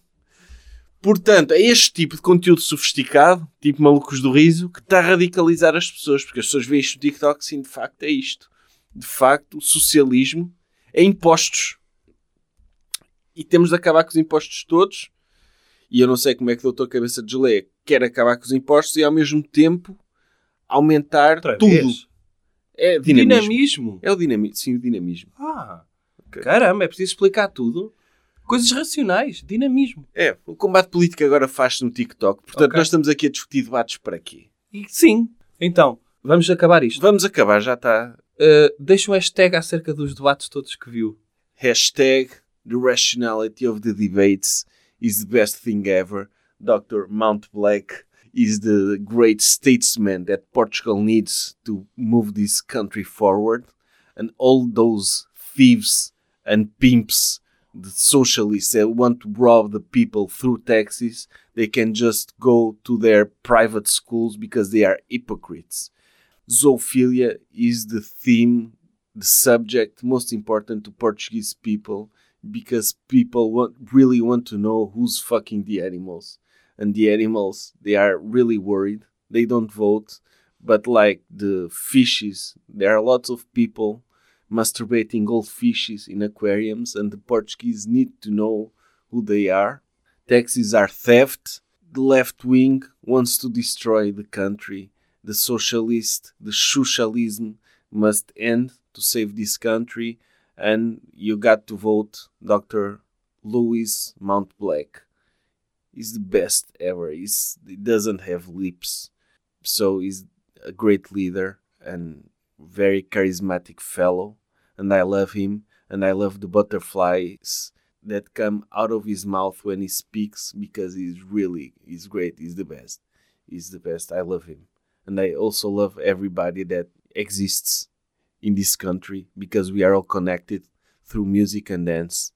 Portanto, é este tipo de conteúdo sofisticado, tipo malucos do riso, que está a radicalizar as pessoas. Porque as pessoas veem isto no TikTok, sim, de facto é isto. De facto, o socialismo é impostos e temos de acabar com os impostos todos. E eu não sei como é que o doutor Cabeça de Geleia quer acabar com os impostos e ao mesmo tempo aumentar tudo.
vez?
É dinamismo.
Dinamismo.
É o dinamismo, sim, o dinamismo.
Ah, caramba, é preciso explicar tudo. Coisas racionais, dinamismo.
É, o combate político agora faz-se no TikTok. Portanto,
Ok.
nós estamos aqui a discutir debates para quê?
E sim, então, vamos acabar isto.
Vamos acabar, já está.
Uh, deixa um hashtag acerca dos debates todos que viu.
Hashtag the rationality of the debates is the best thing ever. Dr. Mount Black is the great statesman that Portugal needs to move this country forward. And all those thieves and pimps, the socialists that want to rob the people through taxes, they can just go to their private schools because they are hypocrites. Zoophilia is the theme, the subject most important to Portuguese people because people want, really want to know who's fucking the animals. And the animals, they are really worried. They don't vote. But like the fishes, there are lots of people masturbating old fishes in aquariums, and the Portuguese need to know who they are. Taxes are theft. The left wing wants to destroy the country. The socialist, the socialism must end to save this country, and you got to vote Dr. Louis Mountblack. He's the best ever. He's, he doesn't have lips, so he's a great leader and very charismatic fellow. And I love him, and I love the butterflies that come out of his mouth when he speaks because he's really he's great. He's the best. He's the best. I love him, and I also love everybody that exists in this country because we are all connected through music and dance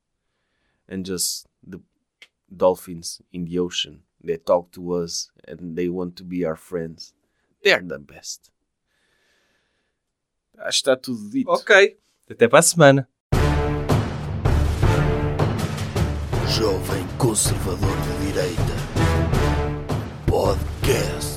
and just the dolphins in the ocean they talk to us and they want to be our friends they are the best acho que está tudo dito
ok até para a semana
Jovem Conservador de Direita. Podcast.